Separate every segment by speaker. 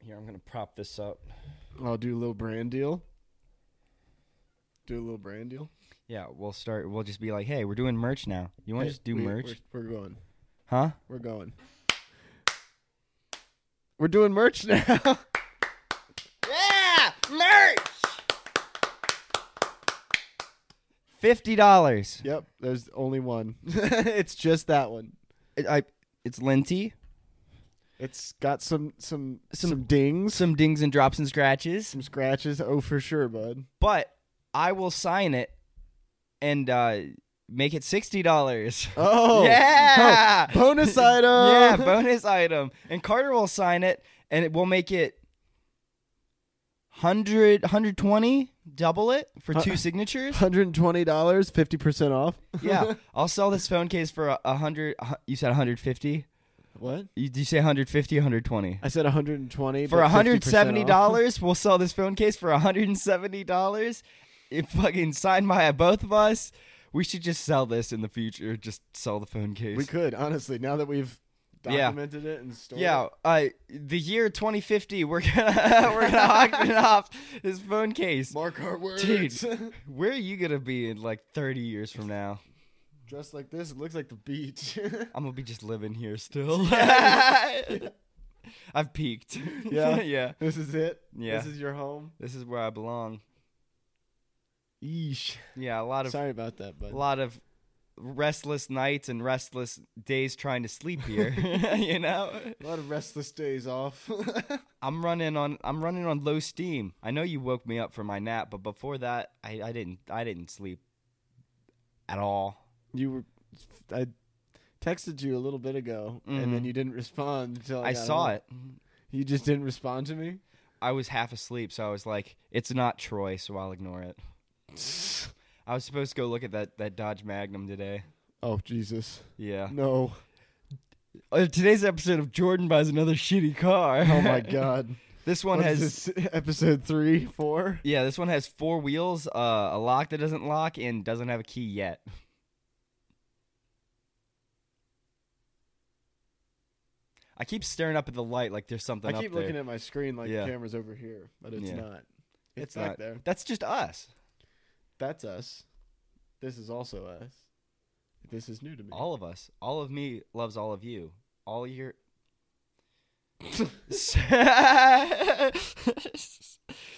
Speaker 1: Here, I'm gonna prop this up.
Speaker 2: I'll do a little brand deal. Do a little brand deal.
Speaker 1: Yeah, we'll start. We'll just be like, hey, we're doing merch now. You want to
Speaker 2: Hey,
Speaker 1: just do
Speaker 2: we-
Speaker 1: merch,
Speaker 2: We're, we're going.
Speaker 1: huh?
Speaker 2: We're going. We're doing merch now.
Speaker 1: Yeah, merch. Fifty dollars.
Speaker 2: yep, there's only one. it's just that one.
Speaker 1: I. It's linty,
Speaker 2: It's got some some
Speaker 1: Some-
Speaker 2: some, dings,
Speaker 1: some dings and drops and scratches,
Speaker 2: some scratches. Oh, for sure, bud.
Speaker 1: but I will sign it and uh, make it sixty dollars.
Speaker 2: Oh
Speaker 1: yeah,
Speaker 2: Oh, bonus item.
Speaker 1: yeah, bonus item. And Carter will sign it, and it will make it 100, 120, double it for
Speaker 2: Uh,
Speaker 1: two signatures.
Speaker 2: Hundred and twenty dollars, fifty percent off.
Speaker 1: yeah, I'll sell this phone case for a, a hundred. a hu- You said one hundred fifty.
Speaker 2: what?
Speaker 1: You, did you say 150, 120?
Speaker 2: I said one hundred and twenty
Speaker 1: For $170, we'll sell this phone case for $170. It fucking signed by both of us. We should just sell this in the future. Just sell the phone case.
Speaker 2: We could honestly now that we've
Speaker 1: Yeah.
Speaker 2: documented it and stored.
Speaker 1: Yeah, uh, the year 2050, we're gonna we're gonna auction off this phone
Speaker 2: it.
Speaker 1: case.
Speaker 2: mark our words.
Speaker 1: Dude. Where are you gonna be in like 30 years from now?
Speaker 2: Dressed like this, it looks like the beach.
Speaker 1: I'm gonna be just living here still. I've peaked.
Speaker 2: Yeah.
Speaker 1: yeah.
Speaker 2: this is it.
Speaker 1: Yeah.
Speaker 2: This is your home.
Speaker 1: This is where I belong.
Speaker 2: Yeesh.
Speaker 1: Yeah, a lot of
Speaker 2: Sorry about that, bud.
Speaker 1: a lot of restless nights and restless days trying to sleep here. you know,
Speaker 2: A lot of restless days off.
Speaker 1: I'm running on I'm running on low steam. I know you woke me up for my nap, but before that, I, I didn't I didn't sleep at all.
Speaker 2: you were, I texted you a little bit ago, and then
Speaker 1: Mhm.
Speaker 2: you didn't respond until Oh, I,
Speaker 1: I
Speaker 2: got
Speaker 1: saw
Speaker 2: home.
Speaker 1: it.
Speaker 2: You just didn't respond to me.
Speaker 1: I was half asleep, so I was like, "It's not Troy, so I'll ignore it." I was supposed to go look at that that Dodge Magnum today.
Speaker 2: Oh Jesus!
Speaker 1: Yeah.
Speaker 2: No!
Speaker 1: Uh, today's episode of Jordan buys another shitty car.
Speaker 2: Oh my God!
Speaker 1: this one
Speaker 2: What
Speaker 1: has
Speaker 2: is this? episode three, four?
Speaker 1: yeah, this one has four wheels, uh, a lock that doesn't lock, and doesn't have a key yet. I keep staring up at the light like there's something
Speaker 2: I
Speaker 1: up
Speaker 2: keep
Speaker 1: there.
Speaker 2: looking at my screen like
Speaker 1: Yeah.
Speaker 2: the camera's over here, but it's
Speaker 1: Yeah.
Speaker 2: not. It's,
Speaker 1: It's
Speaker 2: back
Speaker 1: not.
Speaker 2: there.
Speaker 1: That's just us.
Speaker 2: That's us. This is also us. This is new to me.
Speaker 1: All of us. All of me loves all of you. All your.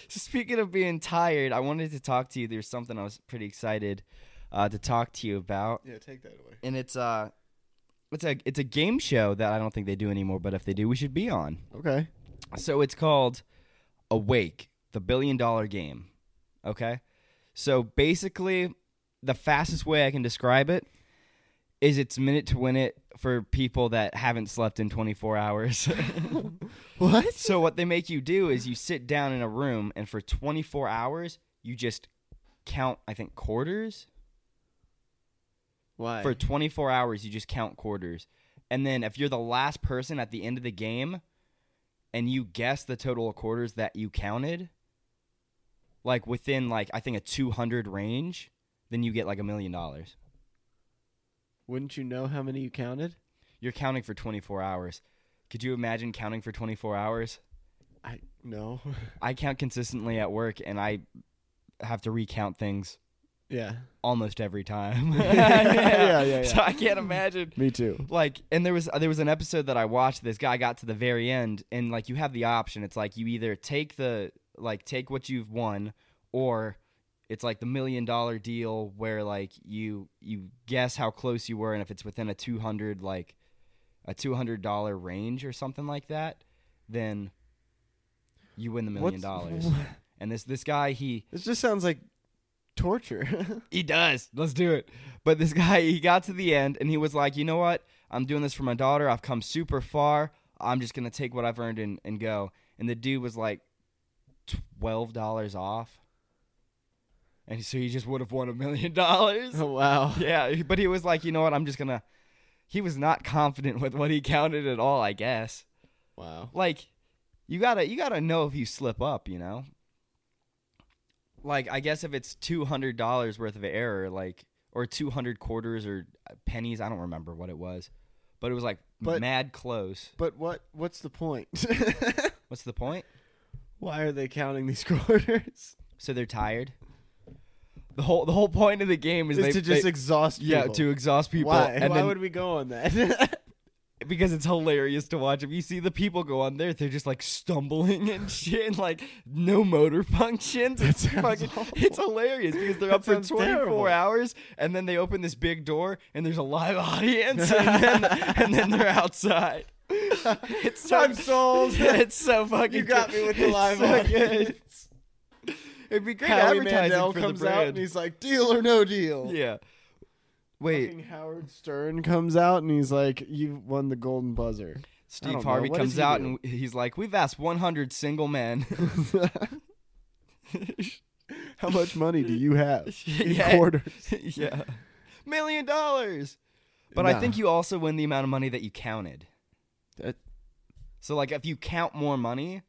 Speaker 1: Speaking of being tired, I wanted to talk to you. There's something I was pretty excited uh, to talk to you about.
Speaker 2: yeah, take that away.
Speaker 1: and it's uh it's a it's a game show that I don't think they do anymore, but if they do, we should be on.
Speaker 2: Okay.
Speaker 1: So it's called Awake, the billion dollar game. Okay? So basically the fastest way I can describe it is it's minute to win it for people that haven't slept in 24 hours.
Speaker 2: What?
Speaker 1: so what they make you do is you sit down in a room and for 24 hours you just count I think quarters
Speaker 2: Why?
Speaker 1: for 24 hours you just count quarters and then if you're the last person at the end of the game and you guess the total of quarters that you counted like within like i think a 200 range then you get like a million dollars
Speaker 2: Wouldn't you know how many you counted?
Speaker 1: you're counting for 24 hours could you imagine counting for 24 hours
Speaker 2: I no.
Speaker 1: i count consistently at work and i have to recount things
Speaker 2: yeah.
Speaker 1: almost every time
Speaker 2: Yeah, yeah, yeah.
Speaker 1: so i can't imagine
Speaker 2: Me too.
Speaker 1: like and there was there was an episode that I watched this guy got to the very end and like you have the option it's like you either take the like take what you've won or it's like the million dollar deal where like you you guess how close you were and if it's within a 200 like a $200 range or something like that then you win the million
Speaker 2: What's-
Speaker 1: dollars and this this guy he
Speaker 2: This just sounds like torture.
Speaker 1: he does. Let's do it. But this guy, he got to the end and he was like, you know what? I'm doing this for my daughter. I've come super far. I'm just going to take what I've earned and, and go. And the dude was like $12 off. And so he just would have won a million dollars.
Speaker 2: oh wow.
Speaker 1: Yeah. he- But he was like, you know what? I'm just going to. He was not confident with what he counted at all, I guess.
Speaker 2: Wow.
Speaker 1: Like, you gotta you gotta know if you slip up, you know. Like I guess if it's two hundred dollars worth of error, like or two hundred quarters or uh, pennies, I don't remember what it was, but it was like
Speaker 2: But-
Speaker 1: mad close.
Speaker 2: But what what's the point?
Speaker 1: What's the point?
Speaker 2: Why are they counting these quarters?
Speaker 1: So they're tired. The whole the whole point of the game is,
Speaker 2: Is
Speaker 1: they
Speaker 2: to just
Speaker 1: they-
Speaker 2: exhaust people.
Speaker 1: yeah to exhaust people.
Speaker 2: Why?
Speaker 1: And
Speaker 2: Why
Speaker 1: then,
Speaker 2: would we go on that?
Speaker 1: because it's hilarious to watch. If you see the people go on there, they're just like stumbling and shit, and like no motor functions. It's
Speaker 2: sounds
Speaker 1: fucking,
Speaker 2: awful.
Speaker 1: it's hilarious because they're
Speaker 2: That
Speaker 1: up for
Speaker 2: sounds
Speaker 1: 24
Speaker 2: terrible.
Speaker 1: hours, and then they open this big door, and there's a live audience, and then, and then they're outside. It's so,
Speaker 2: I'm sold.
Speaker 1: It's so fucking.
Speaker 2: you got me with the
Speaker 1: it's
Speaker 2: live
Speaker 1: so
Speaker 2: audience.
Speaker 1: good. It'd be great
Speaker 2: Howie
Speaker 1: advertising
Speaker 2: Mandel
Speaker 1: for
Speaker 2: comes
Speaker 1: the
Speaker 2: out
Speaker 1: brand.
Speaker 2: and he's like, "Deal or no deal."
Speaker 1: yeah. Wait,
Speaker 2: Fucking Howard Stern comes out and he's like, "You won the golden buzzer." I
Speaker 1: Steve
Speaker 2: don't know.
Speaker 1: Harvey
Speaker 2: What
Speaker 1: comes
Speaker 2: does he
Speaker 1: out
Speaker 2: do?
Speaker 1: and he's like, "We've asked 100 single men."
Speaker 2: How much money do you have in
Speaker 1: Yeah.
Speaker 2: quarters?
Speaker 1: yeah, million dollars. But I
Speaker 2: Nah.
Speaker 1: think you also win the amount of money that you counted.
Speaker 2: That-
Speaker 1: So like, if you count more money,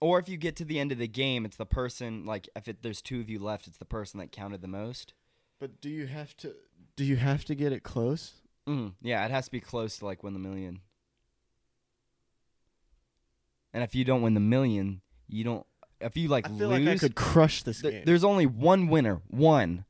Speaker 1: or if you get to the end of the game, it's the person like if it, there's two of you left, it's the person that counted the most.
Speaker 2: But do you have to? Do you have to get it close?
Speaker 1: Mm, yeah, it has to be close to like win the million. And if you don't win the million, you don't. If you like
Speaker 2: I
Speaker 1: lose,
Speaker 2: feel like I could crush this
Speaker 1: There-
Speaker 2: game.
Speaker 1: there's only one winner. One.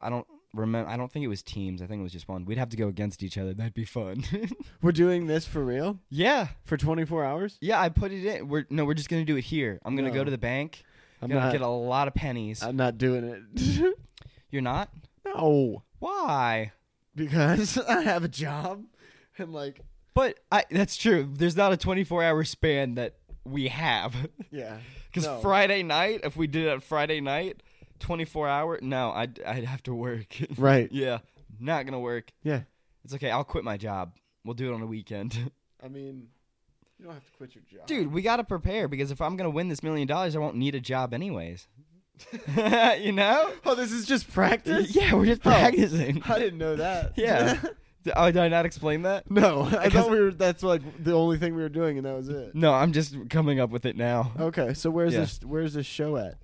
Speaker 1: I don't remember. I don't think it was teams. I think it was just one. We'd have to go against each other. That'd be fun.
Speaker 2: We're doing this for real
Speaker 1: yeah.
Speaker 2: for 24 hours.
Speaker 1: Yeah. I put it in. We're no. We're just gonna do it here. I'm gonna
Speaker 2: No.
Speaker 1: go to the bank.
Speaker 2: I'm
Speaker 1: gonna
Speaker 2: not.
Speaker 1: get a lot of pennies.
Speaker 2: I'm not doing it.
Speaker 1: You're not.
Speaker 2: no,
Speaker 1: Why?
Speaker 2: because I have a job and like,
Speaker 1: But I. That's true. There's not a 24 hour span that we have.
Speaker 2: yeah.
Speaker 1: Because
Speaker 2: No.
Speaker 1: Friday night, if we did it on Friday night, 24 hour. No, I'd I'd have to work.
Speaker 2: Right.
Speaker 1: yeah. Not gonna work.
Speaker 2: Yeah.
Speaker 1: It's okay. I'll quit my job. We'll do it on a weekend.
Speaker 2: I mean, you don't have to quit your job,
Speaker 1: Dude, we gotta prepare because if I'm gonna win this million dollars, I won't need a job anyways. you know?
Speaker 2: Oh, this is just practice.
Speaker 1: Yeah, we're just
Speaker 2: Oh.
Speaker 1: practicing.
Speaker 2: I didn't know that.
Speaker 1: Yeah. D- Oh, did I not explain that?
Speaker 2: no, I
Speaker 1: Because-
Speaker 2: thought we were. That's like the only thing we were doing, and that was it.
Speaker 1: No, I'm just coming up with it now.
Speaker 2: Okay, so where's
Speaker 1: Yeah.
Speaker 2: this? Where's this show at?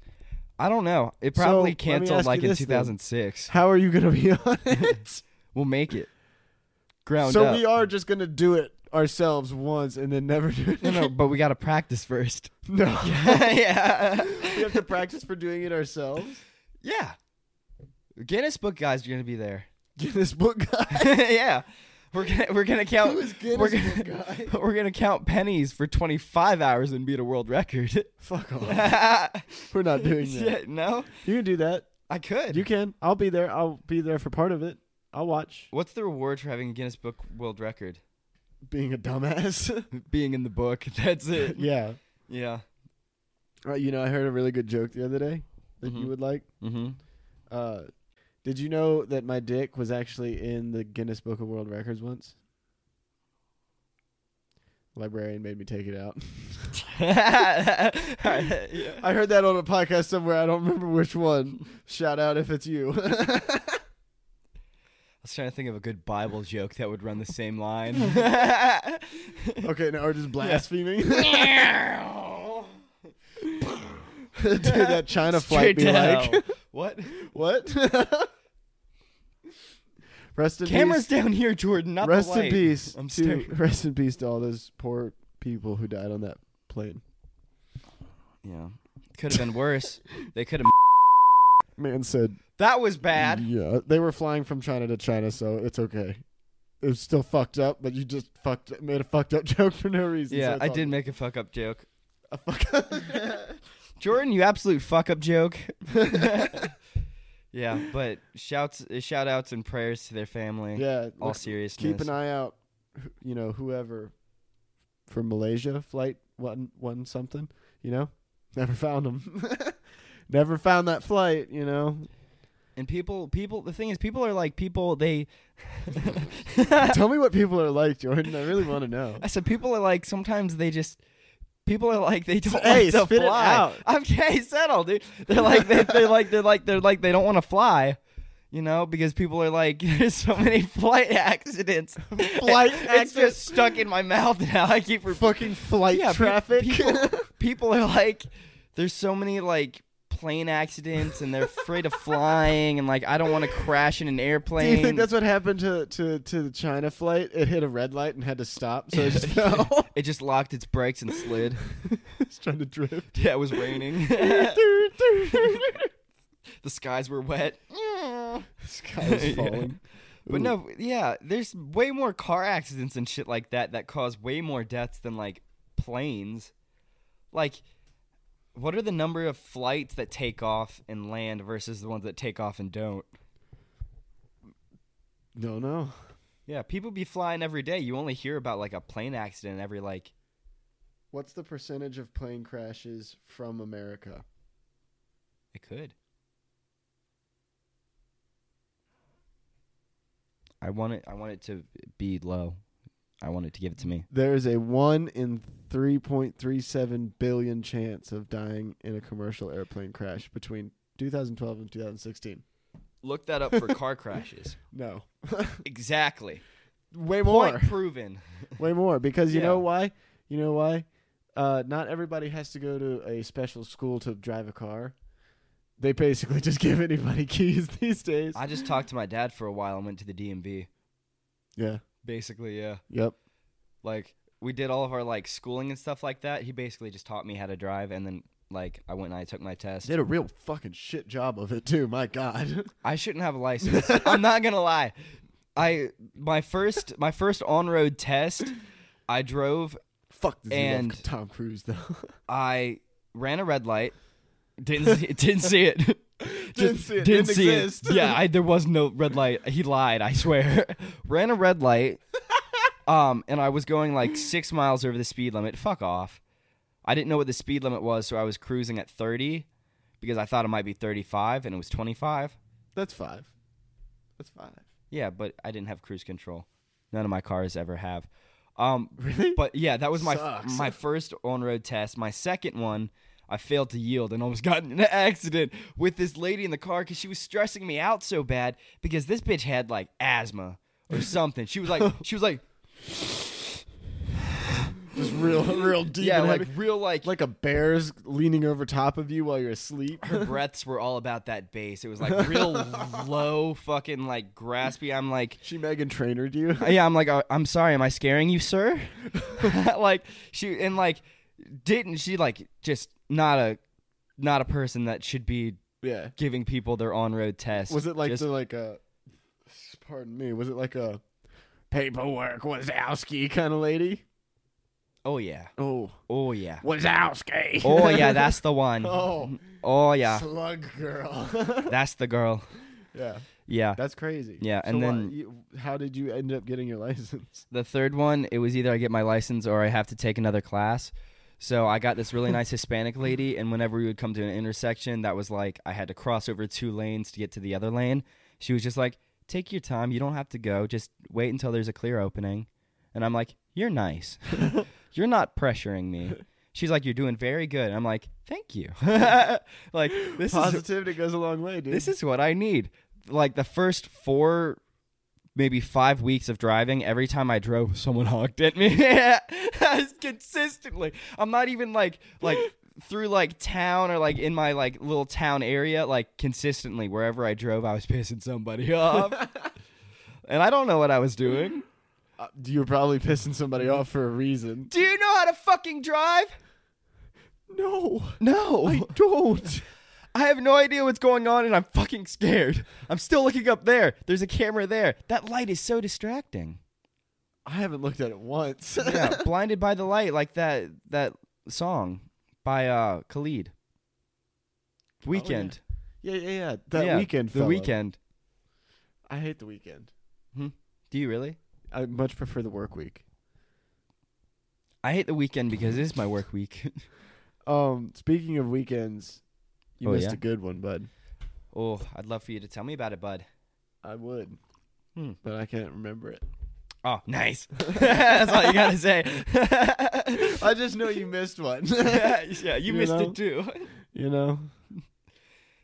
Speaker 1: I don't know. It
Speaker 2: So,
Speaker 1: probably
Speaker 2: let me ask
Speaker 1: canceled
Speaker 2: you
Speaker 1: like in
Speaker 2: this then.
Speaker 1: 2006.
Speaker 2: How are you gonna be on it?
Speaker 1: We'll make it. Ground
Speaker 2: so
Speaker 1: up.
Speaker 2: we are just gonna do it ourselves once and then never do it.
Speaker 1: no, no,
Speaker 2: again?
Speaker 1: but we gotta practice first.
Speaker 2: no.
Speaker 1: yeah.
Speaker 2: we have to practice for doing it ourselves.
Speaker 1: Yeah. Guinness Book guys are gonna be there.
Speaker 2: Guinness Book Guy.
Speaker 1: yeah. We're gonna we're gonna count
Speaker 2: Who is Guinness
Speaker 1: we're gonna,
Speaker 2: Book Guy?
Speaker 1: We're gonna count pennies for twenty five hours and beat a world record.
Speaker 2: Fuck off.
Speaker 1: We're
Speaker 2: We're not doing that.
Speaker 1: Shit, no?
Speaker 2: You can do that.
Speaker 1: I could.
Speaker 2: You can. I'll be there. I'll be there for part of it. I'll watch.
Speaker 1: What's the reward for having a Guinness Book World Record?
Speaker 2: Being a dumbass.
Speaker 1: Being in the book. That's it.
Speaker 2: yeah.
Speaker 1: Yeah.
Speaker 2: Uh, you know, I heard a really good joke the other day that you
Speaker 1: Mhm.
Speaker 2: would like.
Speaker 1: Mm-hmm.
Speaker 2: Uh, did you know that my dick was actually in the Guinness Book of World Records once? Librarian made me take it out. I heard that on a podcast somewhere. I don't remember which one. Shout out if it's you.
Speaker 1: I was trying to think of a good Bible joke that would run the same line.
Speaker 2: okay, now we're just blaspheming. Dude, that China flight
Speaker 1: Straight
Speaker 2: be
Speaker 1: to hell.
Speaker 2: like,
Speaker 1: What?
Speaker 2: what? rest in
Speaker 1: Cameras
Speaker 2: peace.
Speaker 1: down here, Jordan. Not
Speaker 2: rest
Speaker 1: the
Speaker 2: in
Speaker 1: light.
Speaker 2: peace.
Speaker 1: I'm
Speaker 2: to,
Speaker 1: staring.
Speaker 2: rest in peace to all those poor people who died on that plane.
Speaker 1: Yeah. Could have been worse. they could have.
Speaker 2: Man said,
Speaker 1: That was bad.
Speaker 2: Yeah, they were flying from China to China, so it's okay. It was still fucked up, but you just fucked up, made a fucked up joke for no reason. so
Speaker 1: Yeah,
Speaker 2: it's
Speaker 1: I
Speaker 2: all-
Speaker 1: did make a fuck up joke.
Speaker 2: A fuck up.
Speaker 1: Jordan, you absolute fuck up joke. yeah, but shouts, uh, shout outs and prayers to their family.
Speaker 2: yeah,
Speaker 1: All
Speaker 2: look,
Speaker 1: seriousness.
Speaker 2: keep an eye out. who- You know, whoever from Malaysia, flight one one something. You know, never found them. never found that flight. You know,
Speaker 1: And people, people, the thing is, people are like people. They.
Speaker 2: tell me what people are like, Jordan. I really want to know.
Speaker 1: I said people are like sometimes they just. People are like they don't
Speaker 2: Hey,
Speaker 1: like to
Speaker 2: spit it
Speaker 1: fly.
Speaker 2: out.
Speaker 1: I'm okay, settle, dude. They're like they, they're like they're like they're like they don't want to fly, you know, because people are like there's so many flight accidents.
Speaker 2: Flight
Speaker 1: it's
Speaker 2: accidents.
Speaker 1: just stuck in my mouth now. I keep repeating.
Speaker 2: Fucking flight
Speaker 1: Yeah, pe-
Speaker 2: traffic.
Speaker 1: people- people are like there's so many like plane accidents and they're afraid of flying and like I don't want to crash in an
Speaker 2: Do
Speaker 1: airplane.
Speaker 2: you think that's what happened to, to, to the China flight? It hit a red light and had to stop, so it just fell.
Speaker 1: it just locked its brakes and slid.
Speaker 2: it's trying to drift.
Speaker 1: Yeah, it was raining. the skies were wet.
Speaker 2: Sky is
Speaker 1: Yeah.
Speaker 2: falling.
Speaker 1: But
Speaker 2: Ooh.
Speaker 1: no, yeah, there's way more car accidents and shit like that that cause way more deaths than like planes. Like, what are the number of flights that take off and land versus the ones that take off and don't?
Speaker 2: No, no.
Speaker 1: Yeah, people be flying every day. You only hear about like a plane accident every like
Speaker 2: What's the percentage of plane crashes from America?
Speaker 1: it could. I want it I want it to be low. I want it to give it to me.
Speaker 2: There is a 1 in 3.37 billion chance of dying in a commercial airplane crash between 2012 and 2016.
Speaker 1: Look that up for car crashes.
Speaker 2: No.
Speaker 1: Exactly.
Speaker 2: Way more.
Speaker 1: Point proven.
Speaker 2: Way more because you
Speaker 1: Yeah.
Speaker 2: know why? You know why? Uh, not everybody has to go to a special school to drive a car. They basically just give anybody keys these days.
Speaker 1: I just talked to my dad for a while and went to the DMV.
Speaker 2: yeah.
Speaker 1: Basically, yeah.
Speaker 2: Yep.
Speaker 1: Like we did all of our like schooling and stuff like that. He basically just taught me how to drive and then like I went and I took my test.
Speaker 2: Did a real fucking shit job of it too. My God.
Speaker 1: I shouldn't have a license. I'm not gonna lie. I my first my first on road test, I drove,
Speaker 2: Fuck this
Speaker 1: And-
Speaker 2: love Tom Cruise though.
Speaker 1: I ran a red light, didn't see, didn't see it.
Speaker 2: Didn't
Speaker 1: Just
Speaker 2: see it, didn't exist.
Speaker 1: Yeah, I, there was no red light. He lied. I swear. ran a red light, um, and I was going like six miles over the speed limit. Fuck off. I didn't know what the speed limit was, so I was cruising at thirty because I thought it might be thirty-five, and it was twenty-five.
Speaker 2: That's five. That's five.
Speaker 1: Yeah, but I didn't have cruise control. None of my cars ever have. Um,
Speaker 2: Really?
Speaker 1: but yeah, that was my
Speaker 2: Sucks.
Speaker 1: my first on road test. My second one, I failed to yield and almost got in an accident with this lady in the car because she was stressing me out so bad because this bitch had like asthma or something. She was like, she was like,
Speaker 2: Just real, real deep.
Speaker 1: yeah,
Speaker 2: and
Speaker 1: like
Speaker 2: heavy.
Speaker 1: real like
Speaker 2: like a bear's leaning over top of you while you're asleep.
Speaker 1: her breaths were all about that bass. It was like real low, fucking like graspy. I'm like,
Speaker 2: she Megan Trainered you.
Speaker 1: yeah, I'm like, "Uh, I'm sorry, am I scaring you, sir? like she and like didn't she like just not a not a person that should be
Speaker 2: yeah.
Speaker 1: giving people their on road test.
Speaker 2: Was it like
Speaker 1: Just-
Speaker 2: the like a? Pardon me. Was it like a paperwork Wazowski kind of lady?
Speaker 1: oh yeah,
Speaker 2: Oh,
Speaker 1: oh yeah,
Speaker 2: Wazowski.
Speaker 1: oh yeah, that's the one.
Speaker 2: oh
Speaker 1: Oh yeah,
Speaker 2: slug girl.
Speaker 1: that's the girl.
Speaker 2: yeah,
Speaker 1: Yeah.
Speaker 2: that's crazy.
Speaker 1: Yeah, and
Speaker 2: So what,
Speaker 1: then-
Speaker 2: you- how did you end up getting your license?
Speaker 1: The third one, it was either I get my license or I have to take another class. So I got this really nice Hispanic lady, and whenever we would come to an intersection, that was like I had to cross over two lanes to get to the other lane. She was just like, "Take your time. You don't have to go. Just wait until there's a clear opening." And I'm like, "You're nice. You're not pressuring me." She's like, "You're doing very good." I'm like, "Thank you." like this is
Speaker 2: Positivity goes a long way, dude.
Speaker 1: this is what I need. Like the first four, maybe five weeks of driving, every time I drove, someone honked at me consistently. I'm not even like like through like town or like in my like little town area. Like consistently, wherever I drove, I was pissing somebody off, and I don't know what I was doing.
Speaker 2: Uh, you're probably pissing somebody off for a reason.
Speaker 1: Do you know how to fucking drive?
Speaker 2: No,
Speaker 1: No,
Speaker 2: I don't.
Speaker 1: I have no idea what's going on, and I'm fucking scared. I'm still looking up there. There's a camera there. That light is so distracting.
Speaker 2: I haven't looked at it once.
Speaker 1: yeah, blinded by the light, like that that song by uh
Speaker 2: Oh,
Speaker 1: Khalid. Weekend,
Speaker 2: yeah, yeah, yeah. That
Speaker 1: Yeah,
Speaker 2: weekend.
Speaker 1: the
Speaker 2: fellow.
Speaker 1: weekend.
Speaker 2: I hate the weekend.
Speaker 1: Do you really?
Speaker 2: I much prefer the work week.
Speaker 1: I hate the weekend because it is my work week.
Speaker 2: Um, speaking of weekends, you
Speaker 1: Oh,
Speaker 2: missed
Speaker 1: yeah?
Speaker 2: a good one, bud.
Speaker 1: oh, I'd love for you to tell me about it, bud.
Speaker 2: I would,
Speaker 1: Hmm.
Speaker 2: but I can't remember it.
Speaker 1: Oh, nice. That's all you gotta say.
Speaker 2: I just know you missed one.
Speaker 1: yeah, you,
Speaker 2: You
Speaker 1: missed
Speaker 2: know?
Speaker 1: it too.
Speaker 2: you know,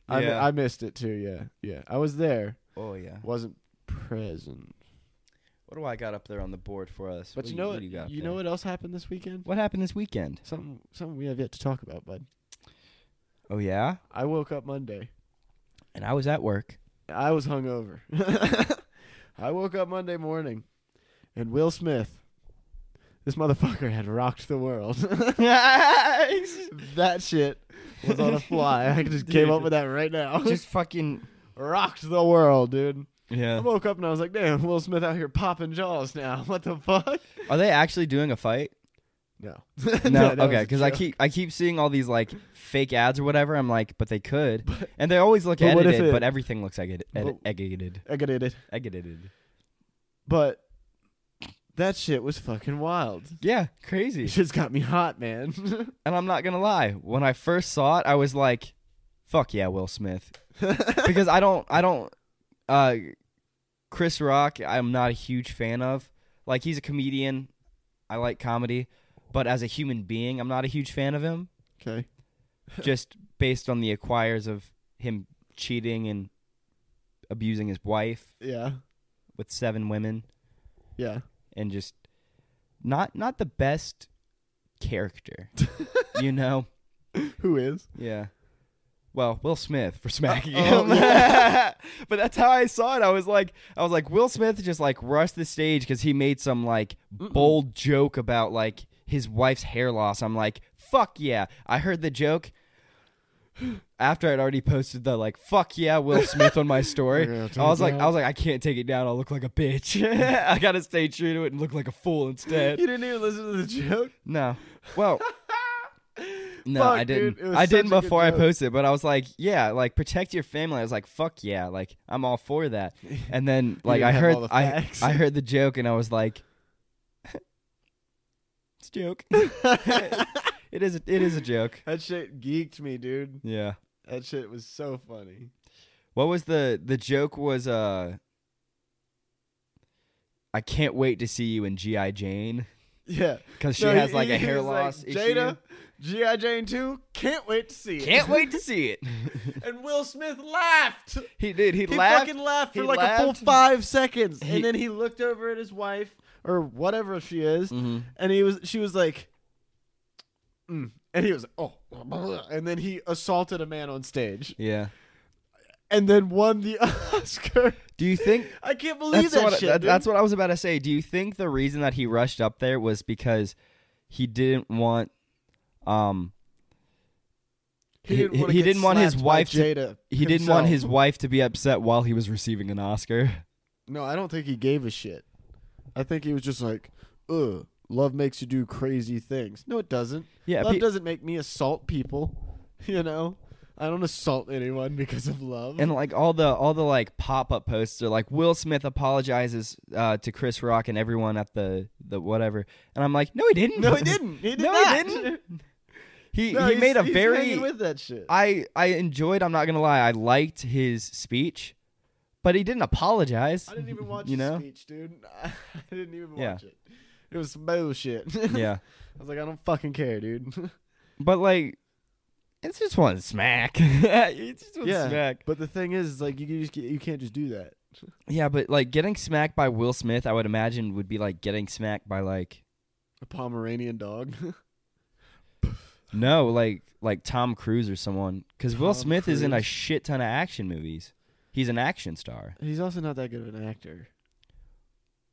Speaker 2: I
Speaker 1: Yeah.
Speaker 2: I missed it too. Yeah, yeah. I was there,
Speaker 1: Oh yeah.
Speaker 2: wasn't present.
Speaker 1: What do I got up there on the board for us?
Speaker 2: But
Speaker 1: What
Speaker 2: you know
Speaker 1: what?
Speaker 2: what?
Speaker 1: do
Speaker 2: You,
Speaker 1: got up
Speaker 2: know
Speaker 1: there?
Speaker 2: what else happened this weekend?
Speaker 1: What happened this weekend?
Speaker 2: Something something we have yet to talk about, bud.
Speaker 1: Oh yeah,
Speaker 2: I woke up Monday.
Speaker 1: and I was at work.
Speaker 2: I was hungover. I woke up Monday morning, and Will Smith, this motherfucker had rocked the world.
Speaker 1: just
Speaker 2: that shit was on a fly. I just came up with that right now. Just
Speaker 1: fucking
Speaker 2: rocked the world, dude. I
Speaker 1: yeah.
Speaker 2: woke up and I was like, damn, Will Smith out here popping jaws now. What the fuck?
Speaker 1: Are they actually doing a fight?
Speaker 2: No.
Speaker 1: No,
Speaker 2: that was
Speaker 1: okay,
Speaker 2: a
Speaker 1: because I
Speaker 2: joke.
Speaker 1: keep I keep seeing all these like fake ads or whatever. I'm like, but they could,
Speaker 2: But-
Speaker 1: and they always look
Speaker 2: But what if
Speaker 1: edited,
Speaker 2: it-
Speaker 1: but everything looks edi- edi-
Speaker 2: But-
Speaker 1: edited,
Speaker 2: I got it.
Speaker 1: edited.
Speaker 2: But that shit was fucking wild.
Speaker 1: Yeah, crazy.
Speaker 2: Shit's got me hot, man.
Speaker 1: And I'm not gonna lie, when I first saw it, I was like, "Fuck yeah, Will Smith," because I don't, I don't, uh, Chris Rock. I'm not a huge fan of. Like, he's a comedian. I like comedy, but as a human being, I'm not a huge fan of him.
Speaker 2: okay.
Speaker 1: just based on the acquires of him cheating and abusing his wife
Speaker 2: Yeah.
Speaker 1: with seven women
Speaker 2: Yeah.
Speaker 1: and just not not the best character you know
Speaker 2: Who is?
Speaker 1: yeah well will smith for smacking
Speaker 2: Uh,
Speaker 1: him
Speaker 2: oh,
Speaker 1: but that's how i saw it i was like i was like will smith just like rushed the stage because he made some like bold joke about like his wife's hair loss i'm like fuck yeah i heard the joke after i'd already posted the like fuck yeah will smith on my story
Speaker 2: Yeah,
Speaker 1: i was like
Speaker 2: take it
Speaker 1: i was like i can't take it down i'll look like a bitch i gotta stay true to it and look like a fool instead
Speaker 2: You didn't even listen to the joke.
Speaker 1: no. Well, no,
Speaker 2: Fuck,
Speaker 1: I didn't.
Speaker 2: dude, it was
Speaker 1: I
Speaker 2: such
Speaker 1: didn't
Speaker 2: a good
Speaker 1: before I
Speaker 2: joke.
Speaker 1: posted, but I was like, yeah, like protect your family. I was like, fuck yeah, like I'm all for that. And then like
Speaker 2: didn't
Speaker 1: I
Speaker 2: have
Speaker 1: heard
Speaker 2: all the
Speaker 1: I
Speaker 2: facts.
Speaker 1: I heard the joke and I was like It's a joke. it is a, it is a joke.
Speaker 2: That shit geeked me, dude.
Speaker 1: Yeah.
Speaker 2: That shit was so funny.
Speaker 1: What was the the joke was uh I can't wait to see you in GI Jane
Speaker 2: Yeah.
Speaker 1: cuz she
Speaker 2: No,
Speaker 1: has
Speaker 2: he-
Speaker 1: like a
Speaker 2: he
Speaker 1: hair
Speaker 2: was
Speaker 1: loss
Speaker 2: like,
Speaker 1: issue.
Speaker 2: Jada, G.I. Jane 2, can't wait to see it.
Speaker 1: Can't wait to see it.
Speaker 2: And Will Smith laughed.
Speaker 1: he did. He,
Speaker 2: He
Speaker 1: laughed.
Speaker 2: fucking laughed for
Speaker 1: He
Speaker 2: like a full
Speaker 1: laughed.
Speaker 2: five seconds.
Speaker 1: He-
Speaker 2: and then he looked over at his wife, or whatever she is,
Speaker 1: Mhm.
Speaker 2: and he was she was like "Mm." and he was oh blah, blah, blah. and then he assaulted a man on stage
Speaker 1: Yeah.
Speaker 2: and then won the oscar
Speaker 1: Do you think
Speaker 2: i can't believe
Speaker 1: that's
Speaker 2: that
Speaker 1: what
Speaker 2: shit
Speaker 1: that-
Speaker 2: dude.
Speaker 1: that's what I was about to say? Do you think the reason that he rushed up there was because he didn't want um
Speaker 2: he didn't,
Speaker 1: he-
Speaker 2: wanna
Speaker 1: he
Speaker 2: get
Speaker 1: didn't want his
Speaker 2: slapped by
Speaker 1: wife to-
Speaker 2: jada
Speaker 1: he didn't want his
Speaker 2: himself. Mm-hmm.
Speaker 1: wife to be upset while he was receiving an Oscar.
Speaker 2: no i don't think he gave a shit i think he was just like ugh love makes you do crazy things no it doesn't
Speaker 1: Yeah,
Speaker 2: love
Speaker 1: pe-
Speaker 2: doesn't make me assault people you know i don't assault anyone because of love
Speaker 1: and like all the all the like pop up posts are like Will Smith apologizes uh, to Chris Rock and everyone at the the whatever, and I'm like, no, he didn't.
Speaker 2: no he didn't he did
Speaker 1: no,
Speaker 2: not.
Speaker 1: he didn't. He
Speaker 2: No,
Speaker 1: he
Speaker 2: he's-
Speaker 1: made a
Speaker 2: he's
Speaker 1: very
Speaker 2: hanging with that shit
Speaker 1: I I enjoyed. I'm not gonna lie. I liked his speech, but he didn't apologize.
Speaker 2: I didn't even watch
Speaker 1: You
Speaker 2: his
Speaker 1: know?
Speaker 2: speech, dude. I didn't even
Speaker 1: Yeah.
Speaker 2: watch it. It was some bullshit.
Speaker 1: yeah,
Speaker 2: I was like, I don't fucking care, dude.
Speaker 1: but like, it's just one smack. it's just one
Speaker 2: yeah.
Speaker 1: smack.
Speaker 2: But the thing is, is like, you can just you can't just do that.
Speaker 1: Yeah, but like getting smacked by Will Smith, I would imagine would be like getting smacked by like
Speaker 2: A Pomeranian dog.
Speaker 1: no, like like Tom Cruise or someone. Because Will
Speaker 2: Tom
Speaker 1: Smith is in a
Speaker 2: Cruise?
Speaker 1: shit ton of action movies. He's an action star,
Speaker 2: He's also not that good of an actor.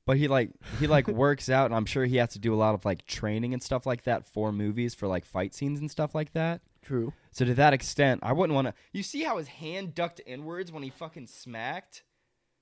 Speaker 1: but he like he like works out, and I'm sure he has to do a lot of like training and stuff like that for movies for like fight scenes and stuff like that.
Speaker 2: True.
Speaker 1: So to that extent, I wouldn't want to. You see how his hand ducked inwards when he fucking smacked,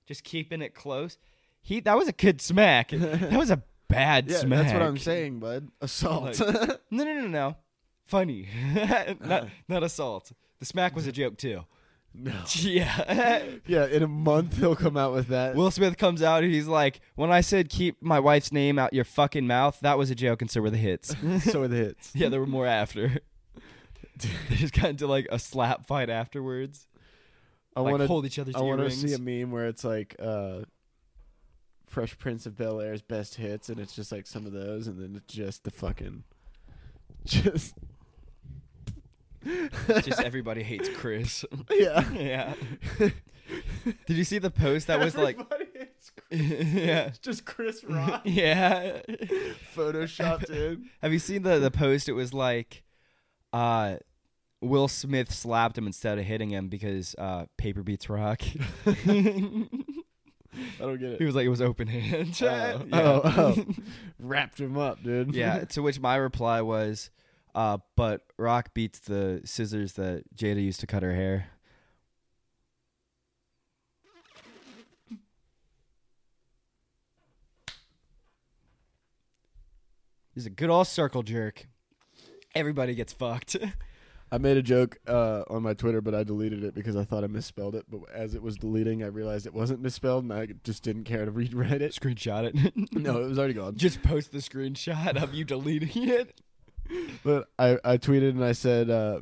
Speaker 1: just keeping it close. He that was a good smack. That was a bad
Speaker 2: Yeah,
Speaker 1: smack.
Speaker 2: that's what I'm saying, bud. Assault.
Speaker 1: No, no, no, no. Funny, not not assault. The smack was a joke too.
Speaker 2: no.
Speaker 1: Yeah.
Speaker 2: Yeah, in a month he'll come out with that.
Speaker 1: Will Smith comes out and he's like, "When I said keep my wife's name out your fucking mouth, that was a joke, and so were the hits."
Speaker 2: so are the hits.
Speaker 1: yeah, there were more after. they just got into like a slap fight afterwards.
Speaker 2: I
Speaker 1: like
Speaker 2: want to.
Speaker 1: hold each other's
Speaker 2: I want to
Speaker 1: earrings.
Speaker 2: see a meme where it's like. uh Fresh Prince of Bel Air's best hits, and it's just like some of those, and then it's just the fucking, just
Speaker 1: just everybody hates Chris.
Speaker 2: Yeah.
Speaker 1: yeah. Did you see the post that was like, yeah,
Speaker 2: just Chris Rock
Speaker 1: yeah?
Speaker 2: photoshopped in.
Speaker 1: Have you seen the the post? It was like, uh, Will Smith slapped him instead of hitting him because uh, paper beats rock.
Speaker 2: I don't get
Speaker 1: He was like, it was open hand.
Speaker 2: Oh,
Speaker 1: Yeah.
Speaker 2: oh, oh. Wrapped him up, dude.
Speaker 1: yeah. To which my reply was, uh, but rock beats the scissors that Jada used to cut her hair. He's a good old circle jerk. Everybody gets fucked.
Speaker 2: I made a joke uh, on my Twitter, but I deleted it because I thought I misspelled it. But as it was deleting, I realized it wasn't misspelled, and I just didn't care to reread it.
Speaker 1: Screenshot it.
Speaker 2: No, it was already gone.
Speaker 1: Just post the screenshot of you deleting it.
Speaker 2: But I, I tweeted and I said uh,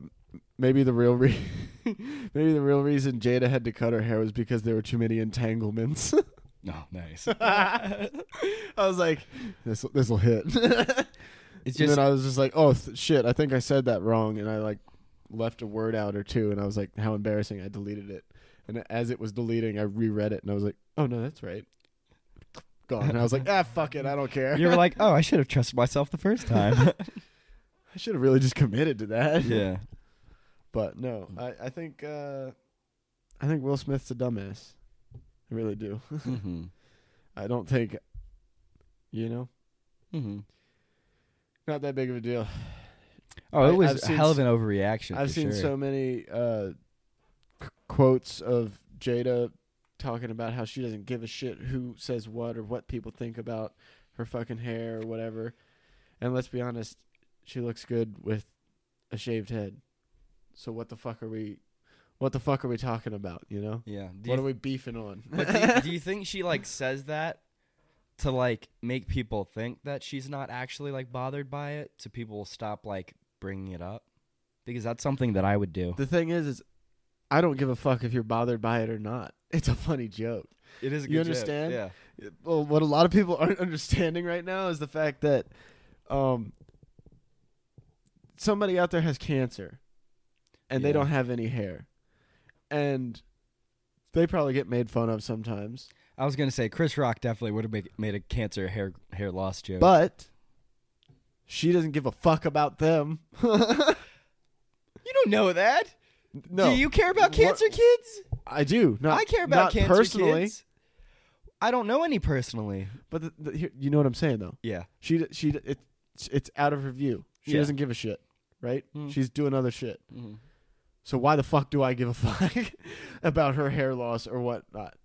Speaker 2: maybe the real re- maybe the real reason Jada had to cut her hair was because there were too many entanglements.
Speaker 1: oh, nice.
Speaker 2: I was like, this this will hit.
Speaker 1: It's
Speaker 2: and
Speaker 1: just
Speaker 2: then I was just like, oh th- shit, I think I said that wrong, and I like left a word out or two, and I was like, how embarrassing! I deleted it, and as it was deleting, I reread it, and I was like, oh no, that's right, gone. And I was like, ah, fuck it, I don't care.
Speaker 1: you were like, oh, I should have trusted myself the first time.
Speaker 2: I should have really just committed to that.
Speaker 1: yeah.
Speaker 2: But no, I I think uh, I think Will Smith's a dumbass. I really do.
Speaker 1: Mm-hmm.
Speaker 2: I don't think, you know,
Speaker 1: Mm-hmm.
Speaker 2: not that big of a deal.
Speaker 1: Oh, it
Speaker 2: I- I've
Speaker 1: was a
Speaker 2: seen
Speaker 1: hell of an overreaction.
Speaker 2: I've
Speaker 1: for
Speaker 2: seen
Speaker 1: sure.
Speaker 2: so many uh, c- quotes of Jada talking about how she doesn't give a shit who says what or what people think about her fucking hair or whatever. And let's be honest, she looks good with a shaved head. So what the fuck are we? What the fuck are we talking about? You know?
Speaker 1: Yeah. Do
Speaker 2: what
Speaker 1: you,
Speaker 2: are we beefing on?
Speaker 1: but do, you, do you think she like says that to like make people think that she's not actually like bothered by it, so people will stop like bringing it up? Because that's something that I would do.
Speaker 2: the thing is, is I don't give a fuck if you're bothered by it or not. It's a funny joke.
Speaker 1: It is.
Speaker 2: a You good joke, understand? well, what a lot of people aren't understanding right now is the fact that um, somebody out there has cancer and they
Speaker 1: Yeah.
Speaker 2: don't have any hair. And they probably get made fun of sometimes.
Speaker 1: I was gonna say Chris Rock definitely would have made, made a cancer hair hair loss joke.
Speaker 2: But she doesn't give a fuck about them.
Speaker 1: you don't know that.
Speaker 2: no,
Speaker 1: Do you care about
Speaker 2: What-
Speaker 1: cancer kids?
Speaker 2: I do. Not,
Speaker 1: I care about
Speaker 2: not
Speaker 1: cancer
Speaker 2: personally,
Speaker 1: kids. I don't know any personally.
Speaker 2: but the, the, here, you know what I'm saying though.
Speaker 1: Yeah.
Speaker 2: She d- she d- it, it's out of her view. She
Speaker 1: Yeah.
Speaker 2: doesn't give a shit, right?
Speaker 1: Mm.
Speaker 2: She's doing other shit. So why the fuck do I give a fuck about her hair loss or whatnot?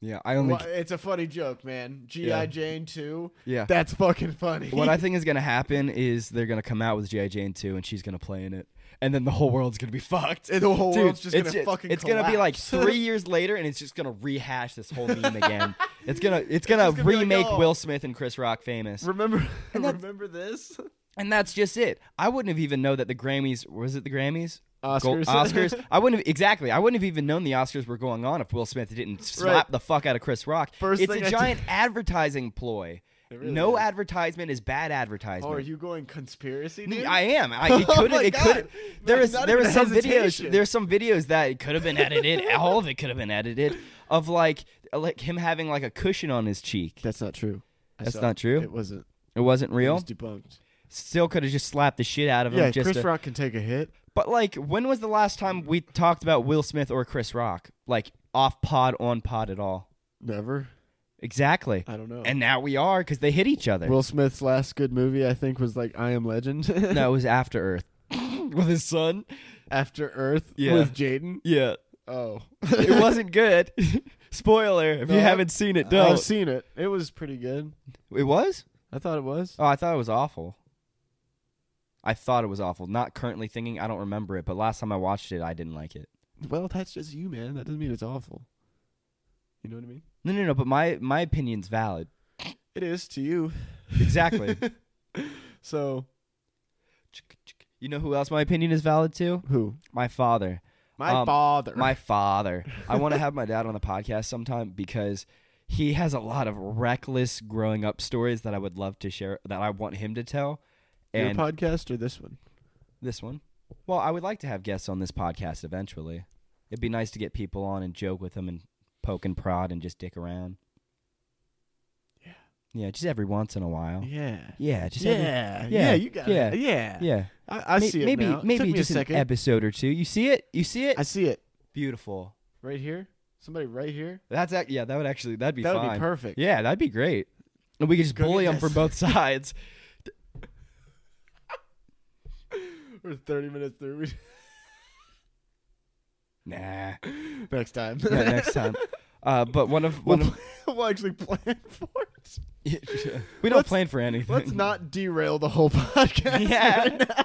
Speaker 1: Yeah. I only.
Speaker 2: Why- it's a funny joke, man. G.I.
Speaker 1: Yeah.
Speaker 2: Jane 2.
Speaker 1: yeah.
Speaker 2: That's fucking funny.
Speaker 1: what I think is gonna happen is they're gonna come out with GI Jane two, and she's gonna play in it, and then the whole world's gonna be fucked.
Speaker 2: And the whole
Speaker 1: Dude,
Speaker 2: world's just
Speaker 1: it's
Speaker 2: gonna fucking
Speaker 1: It's gonna be like
Speaker 2: collapse.
Speaker 1: three years later, and it's just gonna rehash this whole meme again. It's gonna it's gonna,
Speaker 2: just gonna be like,
Speaker 1: remake
Speaker 2: "Oh."
Speaker 1: Will Smith and Chris Rock famous,
Speaker 2: remember
Speaker 1: And that's-
Speaker 2: remember this?
Speaker 1: and that's just it. I wouldn't have even know that the Grammys was it the Grammys. Go-
Speaker 2: Oscars.
Speaker 1: Oscars. I wouldn't have exactly. I wouldn't have even known the Oscars were going on if Will Smith didn't slap the fuck out of Chris Rock.
Speaker 2: First
Speaker 1: it's
Speaker 2: thing
Speaker 1: a
Speaker 2: I did-
Speaker 1: giant advertising ploy.
Speaker 2: It really
Speaker 1: no
Speaker 2: is.
Speaker 1: advertisement is bad
Speaker 2: Oh,
Speaker 1: advertisement.
Speaker 2: are you going conspiracy, dude?
Speaker 1: I am. I, it
Speaker 2: Oh
Speaker 1: could.
Speaker 2: my
Speaker 1: not it could.
Speaker 2: God.
Speaker 1: There
Speaker 2: Like,
Speaker 1: is.
Speaker 2: not
Speaker 1: There
Speaker 2: even
Speaker 1: is some videos.
Speaker 2: hesitation.
Speaker 1: There's some videos that it could have been edited. All of it could have been edited. Of like, like him having like a cushion on his cheek.
Speaker 2: That's not true. I
Speaker 1: That's
Speaker 2: saw
Speaker 1: not
Speaker 2: it.
Speaker 1: true?
Speaker 2: It wasn't.
Speaker 1: It wasn't
Speaker 2: It
Speaker 1: real.
Speaker 2: was debunked.
Speaker 1: Still could have just slapped the shit out of him.
Speaker 2: Yeah,
Speaker 1: just
Speaker 2: Chris
Speaker 1: to-
Speaker 2: Rock can take a hit.
Speaker 1: But like, when was the last time we talked about Will Smith or Chris Rock? Like off pod, on pod at all?
Speaker 2: Never.
Speaker 1: Exactly.
Speaker 2: I don't know.
Speaker 1: And now we are because they hit each other.
Speaker 2: Will Smith's last good movie, I think, was like I Am Legend.
Speaker 1: no, it was After Earth with his son.
Speaker 2: After Earth
Speaker 1: Yeah.
Speaker 2: with Jaden.
Speaker 1: Yeah,
Speaker 2: Oh.
Speaker 1: it wasn't good. Spoiler: If
Speaker 2: No,
Speaker 1: you haven't seen it, don't.
Speaker 2: I've seen it. It was pretty good.
Speaker 1: It was?
Speaker 2: I thought it was.
Speaker 1: Oh, I thought it was awful. I thought it was awful. Not currently thinking, I don't remember it, but last time I watched it, I didn't like it.
Speaker 2: Well, that's just you, man. That doesn't mean it's awful. You know what I mean?
Speaker 1: No, no, no, but my my opinion's valid.
Speaker 2: It is to you.
Speaker 1: Exactly.
Speaker 2: So
Speaker 1: you know who else my opinion is valid to?
Speaker 2: who?
Speaker 1: My father.
Speaker 2: My
Speaker 1: Um,
Speaker 2: father.
Speaker 1: My father. I want to have my dad on the podcast sometime because he has a lot of reckless growing up stories that I would love to share that I want him to tell.
Speaker 2: Your
Speaker 1: And
Speaker 2: podcast or this one?
Speaker 1: this one. Well, I would like to have guests on this podcast eventually. It'd be nice to get people on and joke with them and poke and prod and just dick around. Yeah, just every once in a while.
Speaker 2: Yeah.
Speaker 1: Yeah, Oh. just every-
Speaker 2: Yeah.
Speaker 1: yeah,
Speaker 2: Yeah. You got
Speaker 1: yeah,
Speaker 2: it. Yeah.
Speaker 1: yeah.
Speaker 2: I, I
Speaker 1: May-
Speaker 2: see it
Speaker 1: maybe
Speaker 2: now. It
Speaker 1: maybe
Speaker 2: took me
Speaker 1: just
Speaker 2: a
Speaker 1: an
Speaker 2: second.
Speaker 1: episode or two. You see it? You see it?
Speaker 2: I see it
Speaker 1: Beautiful.
Speaker 2: right here. Somebody right here.
Speaker 1: That's ac- yeah. That would actually that'd be
Speaker 2: that
Speaker 1: fine.
Speaker 2: would be perfect.
Speaker 1: Yeah, that'd be great. And we could just
Speaker 2: Go get
Speaker 1: bully them
Speaker 2: this.
Speaker 1: from both sides.
Speaker 2: We're 30 minutes through.
Speaker 1: Nah.
Speaker 2: next time.
Speaker 1: Yeah, next time. Uh, but one of
Speaker 2: We'll,
Speaker 1: one of,
Speaker 2: we'll actually plan for it.
Speaker 1: we don't
Speaker 2: Let's-
Speaker 1: plan for anything.
Speaker 2: Let's not derail the whole podcast.
Speaker 1: Yeah.
Speaker 2: right now.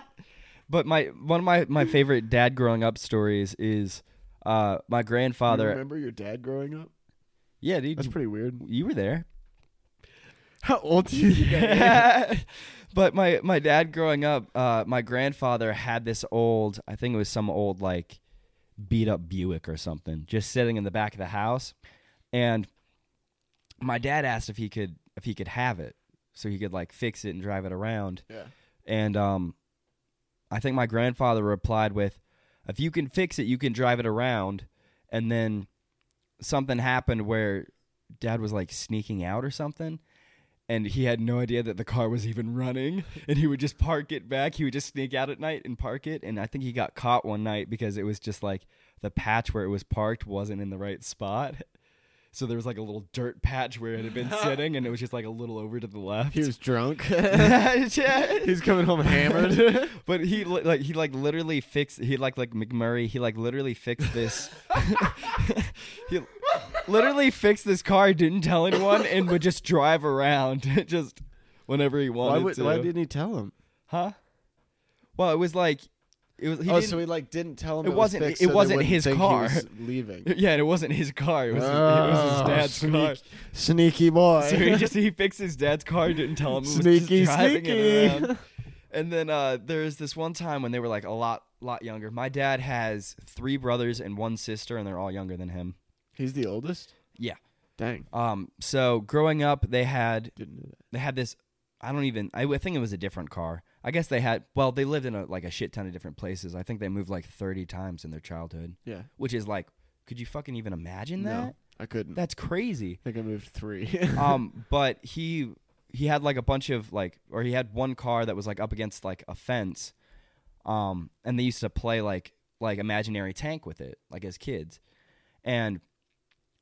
Speaker 1: But my one of my my favorite dad growing up stories is uh my
Speaker 2: You
Speaker 1: grandfather.
Speaker 2: remember your dad growing up?
Speaker 1: Yeah, dude,
Speaker 2: That's
Speaker 1: you,
Speaker 2: pretty weird.
Speaker 1: you were there.
Speaker 2: How old do you think I am?
Speaker 1: but my my dad growing up, uh, my grandfather had this old, I think it was some old like beat up Buick or something, just sitting in the back of the house, and my dad asked if he could if he could have it, so he could like fix it and drive it around,
Speaker 2: Yeah.
Speaker 1: and um, I think my grandfather replied with, "If you can fix it, you can drive it around," and then something happened where dad was like sneaking out or something and he had no idea that the car was even running and he would just park it back he would just sneak out at night and park it and i think he got caught one night because it was just like the patch where it was parked wasn't in the right spot so there was like a little dirt patch where it had been sitting and it was just like a little over to the left
Speaker 2: He was drunk.
Speaker 1: Yeah.
Speaker 2: He's coming home hammered.
Speaker 1: but he li- like he like literally fixed he like like McMurray he like literally fixed this he literally fixed this car didn't tell anyone and would just drive around just whenever he wanted
Speaker 2: why, would,
Speaker 1: to
Speaker 2: why didn't he tell him?
Speaker 1: huh well it was like it was he
Speaker 2: oh,
Speaker 1: didn't-
Speaker 2: so he like didn't tell him.
Speaker 1: It
Speaker 2: It,
Speaker 1: wasn't-
Speaker 2: Was fixed,
Speaker 1: it
Speaker 2: so they
Speaker 1: wasn't
Speaker 2: wouldn't
Speaker 1: his
Speaker 2: think he
Speaker 1: car.
Speaker 2: was leaving.
Speaker 1: yeah and it wasn't his car it was, his, it was his
Speaker 2: Oh,
Speaker 1: dad's car
Speaker 2: sneak- Sneaky boy.
Speaker 1: so he just he fixed his dad's car didn't tell him and was
Speaker 2: Sneaky,
Speaker 1: just driving it
Speaker 2: sneaky.
Speaker 1: around And then uh, there's this one time when they were like a lot, lot younger. My dad has three brothers and one sister, and they're all younger than him.
Speaker 2: He's the oldest.
Speaker 1: Yeah.
Speaker 2: Dang.
Speaker 1: Um. So growing up, they had
Speaker 2: Didn't know that.
Speaker 1: they had this. I don't even. I, I think it was a different car. I guess they had. Well, they lived in a, like a shit ton of different places. I think they moved like 30 times in their childhood,
Speaker 2: Yeah.
Speaker 1: which is like, could you fucking even imagine
Speaker 2: no,
Speaker 1: that?
Speaker 2: I couldn't.
Speaker 1: That's crazy.
Speaker 2: I think I moved three.
Speaker 1: um, but he he had like a bunch of like, or he had one car that was like up against like a fence, um, and they used to play like like imaginary tank with it, like as kids, and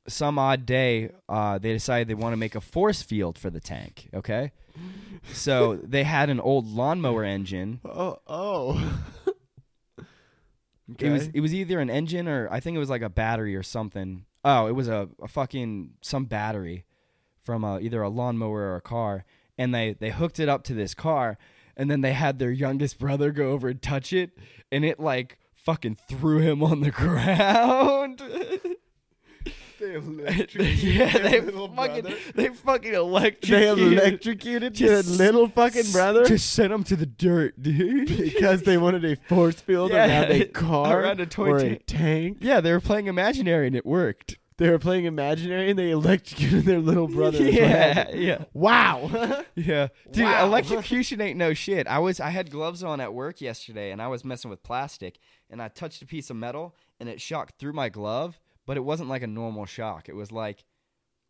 Speaker 1: some odd day uh, they decided they want to make a force field for the tank. Okay, so they had an old lawnmower engine.
Speaker 2: oh, oh.
Speaker 1: It was
Speaker 2: Okay.
Speaker 1: it was either an engine or I think it was like a battery or something. Oh, it was a, a fucking some battery from a, either a lawnmower or a car, and they they hooked it up to this car, and then they had their youngest brother go over and touch it, and it like fucking threw him on the ground.
Speaker 2: They
Speaker 1: yeah, they fucking they fucking electrocuted.
Speaker 2: electrocuted
Speaker 1: Just
Speaker 2: your little fucking
Speaker 1: s-
Speaker 2: brother
Speaker 1: Just sent him to the dirt, dude.
Speaker 2: because they wanted a force field
Speaker 1: Yeah,
Speaker 2: around a car
Speaker 1: around a toy
Speaker 2: or a
Speaker 1: tank.
Speaker 2: tank.
Speaker 1: yeah, they were playing imaginary and it worked.
Speaker 2: They were playing imaginary and they electrocuted their little brother. is what
Speaker 1: yeah,
Speaker 2: happened.
Speaker 1: yeah.
Speaker 2: Wow.
Speaker 1: Yeah, dude,
Speaker 2: Wow.
Speaker 1: electrocution ain't no shit. I was I had gloves on at work yesterday, and I was messing with plastic, and I touched a piece of metal, and it shocked through my glove, but it wasn't like a normal shock. It was like,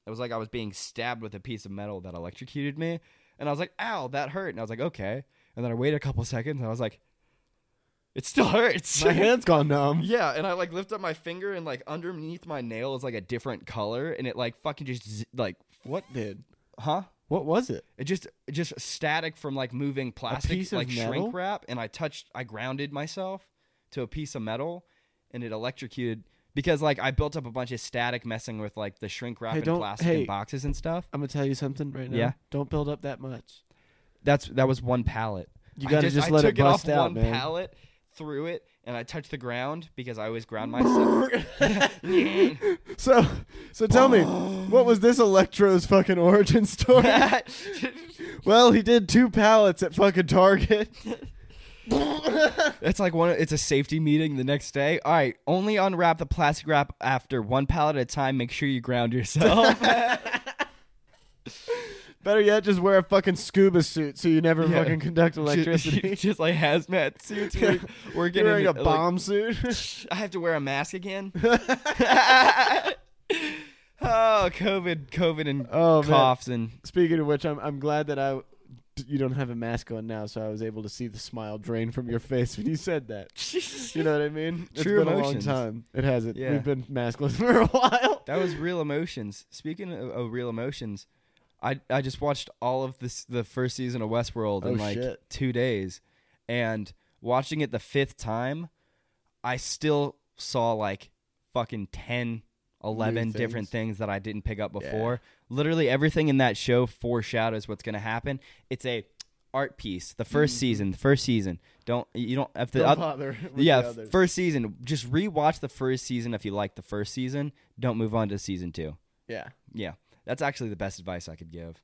Speaker 1: it was like I was being stabbed with a piece of metal that electrocuted me, and I was like, "Ow, that hurt," and I was like, "Okay," and then I waited a couple seconds, and I was like, "It still hurts."
Speaker 2: My hand's gone numb.
Speaker 1: Yeah, and I like lift up my finger and like underneath my nail is like a different color, and it like fucking just z- like
Speaker 2: What did?
Speaker 1: huh
Speaker 2: What was it?
Speaker 1: it just it just static from like moving plastic
Speaker 2: piece of
Speaker 1: like
Speaker 2: metal?
Speaker 1: shrink wrap and I touched I grounded myself to a piece of metal and it electrocuted because like I built up a bunch of static messing with like the shrink wrap
Speaker 2: Hey,
Speaker 1: and
Speaker 2: don't-
Speaker 1: plastic
Speaker 2: hey.
Speaker 1: and boxes and stuff.
Speaker 2: I'm gonna tell you something right now.
Speaker 1: Yeah.
Speaker 2: Don't build up that much.
Speaker 1: That's that was one pallet.
Speaker 2: You
Speaker 1: I
Speaker 2: gotta just let
Speaker 1: I
Speaker 2: it
Speaker 1: took
Speaker 2: bust
Speaker 1: it off
Speaker 2: out,
Speaker 1: one
Speaker 2: man.
Speaker 1: pallet, threw it, and I touched the ground because I always ground myself.
Speaker 2: So, so tell me, what was this Electro's fucking origin story? well, he did two pallets at fucking Target.
Speaker 1: It's like one. It's a safety meeting the next day. All right, only unwrap the plastic wrap after one pallet at a time. Make sure you ground yourself.
Speaker 2: Better yet, just wear a fucking scuba suit so you never
Speaker 1: Yeah.
Speaker 2: fucking conduct electricity.
Speaker 1: just, just like hazmat suits. We're, we're
Speaker 2: You're
Speaker 1: getting
Speaker 2: wearing a
Speaker 1: like,
Speaker 2: bomb suit.
Speaker 1: I have to wear a mask again. Oh, COVID, COVID, and
Speaker 2: Oh man.
Speaker 1: coughs and
Speaker 2: Speaking of which, I'm I'm glad that I you don't have a mask on now, so I was able to see the smile drain from your face when you said that. You know what I mean? It's
Speaker 1: True
Speaker 2: been
Speaker 1: emotions.
Speaker 2: a long time. It hasn't.
Speaker 1: Yeah.
Speaker 2: We've been maskless for a while.
Speaker 1: that was real emotions. Speaking of, of real emotions, I I just watched all of this the first season of Westworld
Speaker 2: Oh,
Speaker 1: in like
Speaker 2: shit.
Speaker 1: two days, and watching it the fifth time, I still saw like fucking 10, 11
Speaker 2: things.
Speaker 1: different things that I didn't pick up before. Literally everything in that show foreshadows what's gonna happen. It's a art piece. The 1st season, the first season. Don't you don't if the
Speaker 2: Mm-hmm. Don't
Speaker 1: oth-
Speaker 2: bother with the
Speaker 1: yeah,
Speaker 2: others.
Speaker 1: first season. Just rewatch the first season if you like the first season. Don't move on to season two.
Speaker 2: yeah.
Speaker 1: Yeah, that's actually the best advice I could give.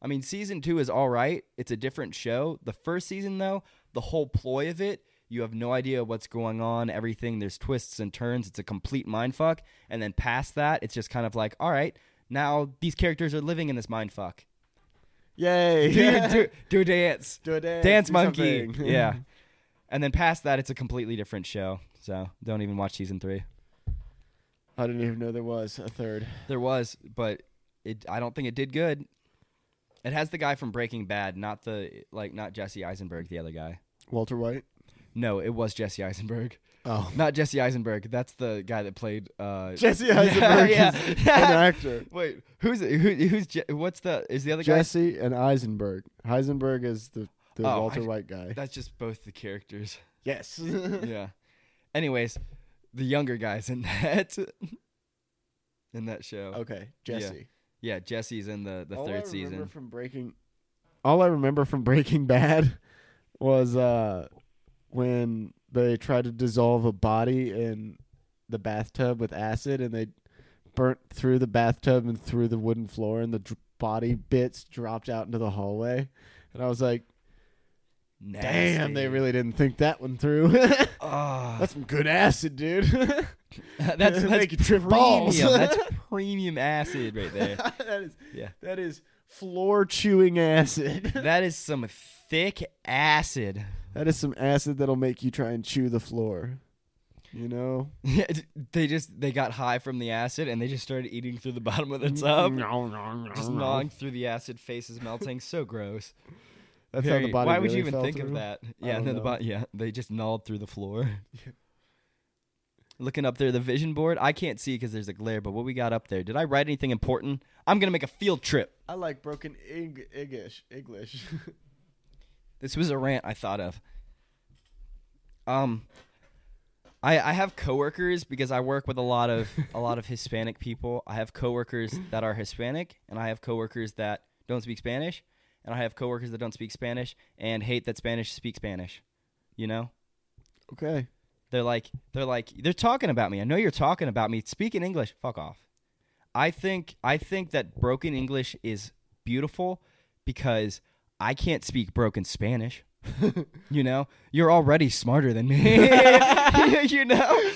Speaker 1: I mean, season two is all right. It's a different show. The first season, though, the whole ploy of it, you have no idea what's going on, everything. There's twists and turns. It's a complete mindfuck. And then past that, it's just kind of like, all right, now these characters are living in this mindfuck.
Speaker 2: Yay.
Speaker 1: Do,
Speaker 2: Yeah.
Speaker 1: do, do a dance.
Speaker 2: Do a dance.
Speaker 1: Dance
Speaker 2: do
Speaker 1: Monkey.
Speaker 2: something.
Speaker 1: yeah. And then past that, it's a completely different show. So don't even watch season three.
Speaker 2: I didn't even know there was a third.
Speaker 1: There was, but it. I don't think it did good. It has the guy from Breaking Bad, not the like, not Jesse Eisenberg, the other guy.
Speaker 2: Walter White.
Speaker 1: No, it was Jesse Eisenberg,
Speaker 2: Oh.
Speaker 1: not Jesse Eisenberg. That's the guy that played. Uh,
Speaker 2: Jesse Eisenberg
Speaker 1: yeah.
Speaker 2: is an actor.
Speaker 1: wait, who's who, who's Je- what's the is the other guy?
Speaker 2: Jesse and Eisenberg. Heisenberg is the, the
Speaker 1: Oh,
Speaker 2: Walter
Speaker 1: I-
Speaker 2: White guy.
Speaker 1: That's just both the characters.
Speaker 2: yes.
Speaker 1: yeah. Anyways, the younger guys in that in that show.
Speaker 2: okay, Jesse.
Speaker 1: Yeah, Jesse's in the the
Speaker 2: Oh. All I
Speaker 1: third
Speaker 2: remember
Speaker 1: season.
Speaker 2: from Breaking. All I remember from Breaking Bad was uh, when they tried to dissolve a body in the bathtub with acid, and they burnt through the bathtub and through the wooden floor, and the dr- body bits dropped out into the hallway. And I was like, "Damn, they
Speaker 1: Nasty.
Speaker 2: really didn't think that one through."
Speaker 1: Ah.
Speaker 2: That's some good acid, dude.
Speaker 1: that's
Speaker 2: Make
Speaker 1: that's
Speaker 2: you trip
Speaker 1: premium.
Speaker 2: balls.
Speaker 1: that's premium acid right there.
Speaker 2: that is
Speaker 1: Yeah.
Speaker 2: That is floor chewing acid.
Speaker 1: That is some thick acid.
Speaker 2: that is some acid that'll make you try and chew the floor. You know?
Speaker 1: they just they got high from the acid and they just started eating through the bottom of the
Speaker 2: Mm,
Speaker 1: tub.
Speaker 2: Mm-hmm.
Speaker 1: Just gnawing through the acid, faces melting. So gross.
Speaker 2: That's how
Speaker 1: Very-
Speaker 2: the body
Speaker 1: Why would
Speaker 2: really
Speaker 1: you even
Speaker 2: fell
Speaker 1: think of
Speaker 2: through.
Speaker 1: that? Yeah,
Speaker 2: don't
Speaker 1: and then the
Speaker 2: know.
Speaker 1: bo- yeah, they just gnawed through the floor. Looking up there, the vision board. I can't see because there's a glare. But what we got up there? Did I write anything important? I'm gonna make a field trip.
Speaker 2: I like broken ig- English. English.
Speaker 1: This was a rant I thought of. Um, I I have coworkers because I work with a lot of a lot of Hispanic people. I have coworkers that are Hispanic, and I have coworkers that don't speak Spanish, and I have coworkers that don't speak Spanish and hate that Spanish speak Spanish. You know,
Speaker 2: okay.
Speaker 1: they're like they're like they're talking about me. I know you're talking about me. Speak in English. Fuck off. I think I think that broken English is beautiful because I can't speak broken Spanish. You know, you're already smarter than me. you know,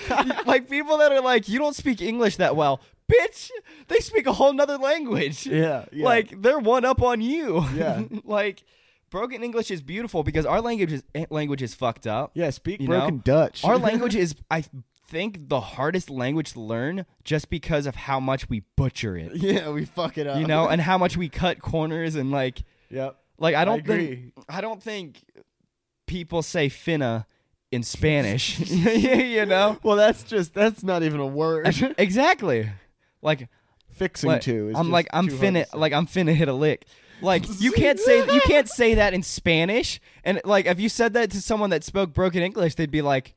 Speaker 1: like people that are like, you don't speak English that well, bitch. They speak a whole nother language.
Speaker 2: yeah, yeah.
Speaker 1: Like they're one up on you.
Speaker 2: Yeah.
Speaker 1: like broken English is beautiful because our language is eh, language is fucked up.
Speaker 2: yeah, speak
Speaker 1: you
Speaker 2: broken
Speaker 1: know,
Speaker 2: Dutch.
Speaker 1: Our language is, I think, the hardest language to learn just because of how much we butcher it.
Speaker 2: yeah, we fuck it up.
Speaker 1: You know, and how much we cut corners and like,
Speaker 2: Yep.
Speaker 1: like I don't
Speaker 2: agree.
Speaker 1: think I don't think people say finna in Spanish. you know,
Speaker 2: Well, that's just that's not even a word.
Speaker 1: exactly. Like,
Speaker 2: Fixing
Speaker 1: like,
Speaker 2: to. Is
Speaker 1: I'm
Speaker 2: just
Speaker 1: like I'm
Speaker 2: too hard to
Speaker 1: finna
Speaker 2: say.
Speaker 1: like I'm finna hit a lick. Like you can't say you can't say that in Spanish. And like if you said that to someone that spoke broken English, they'd be like,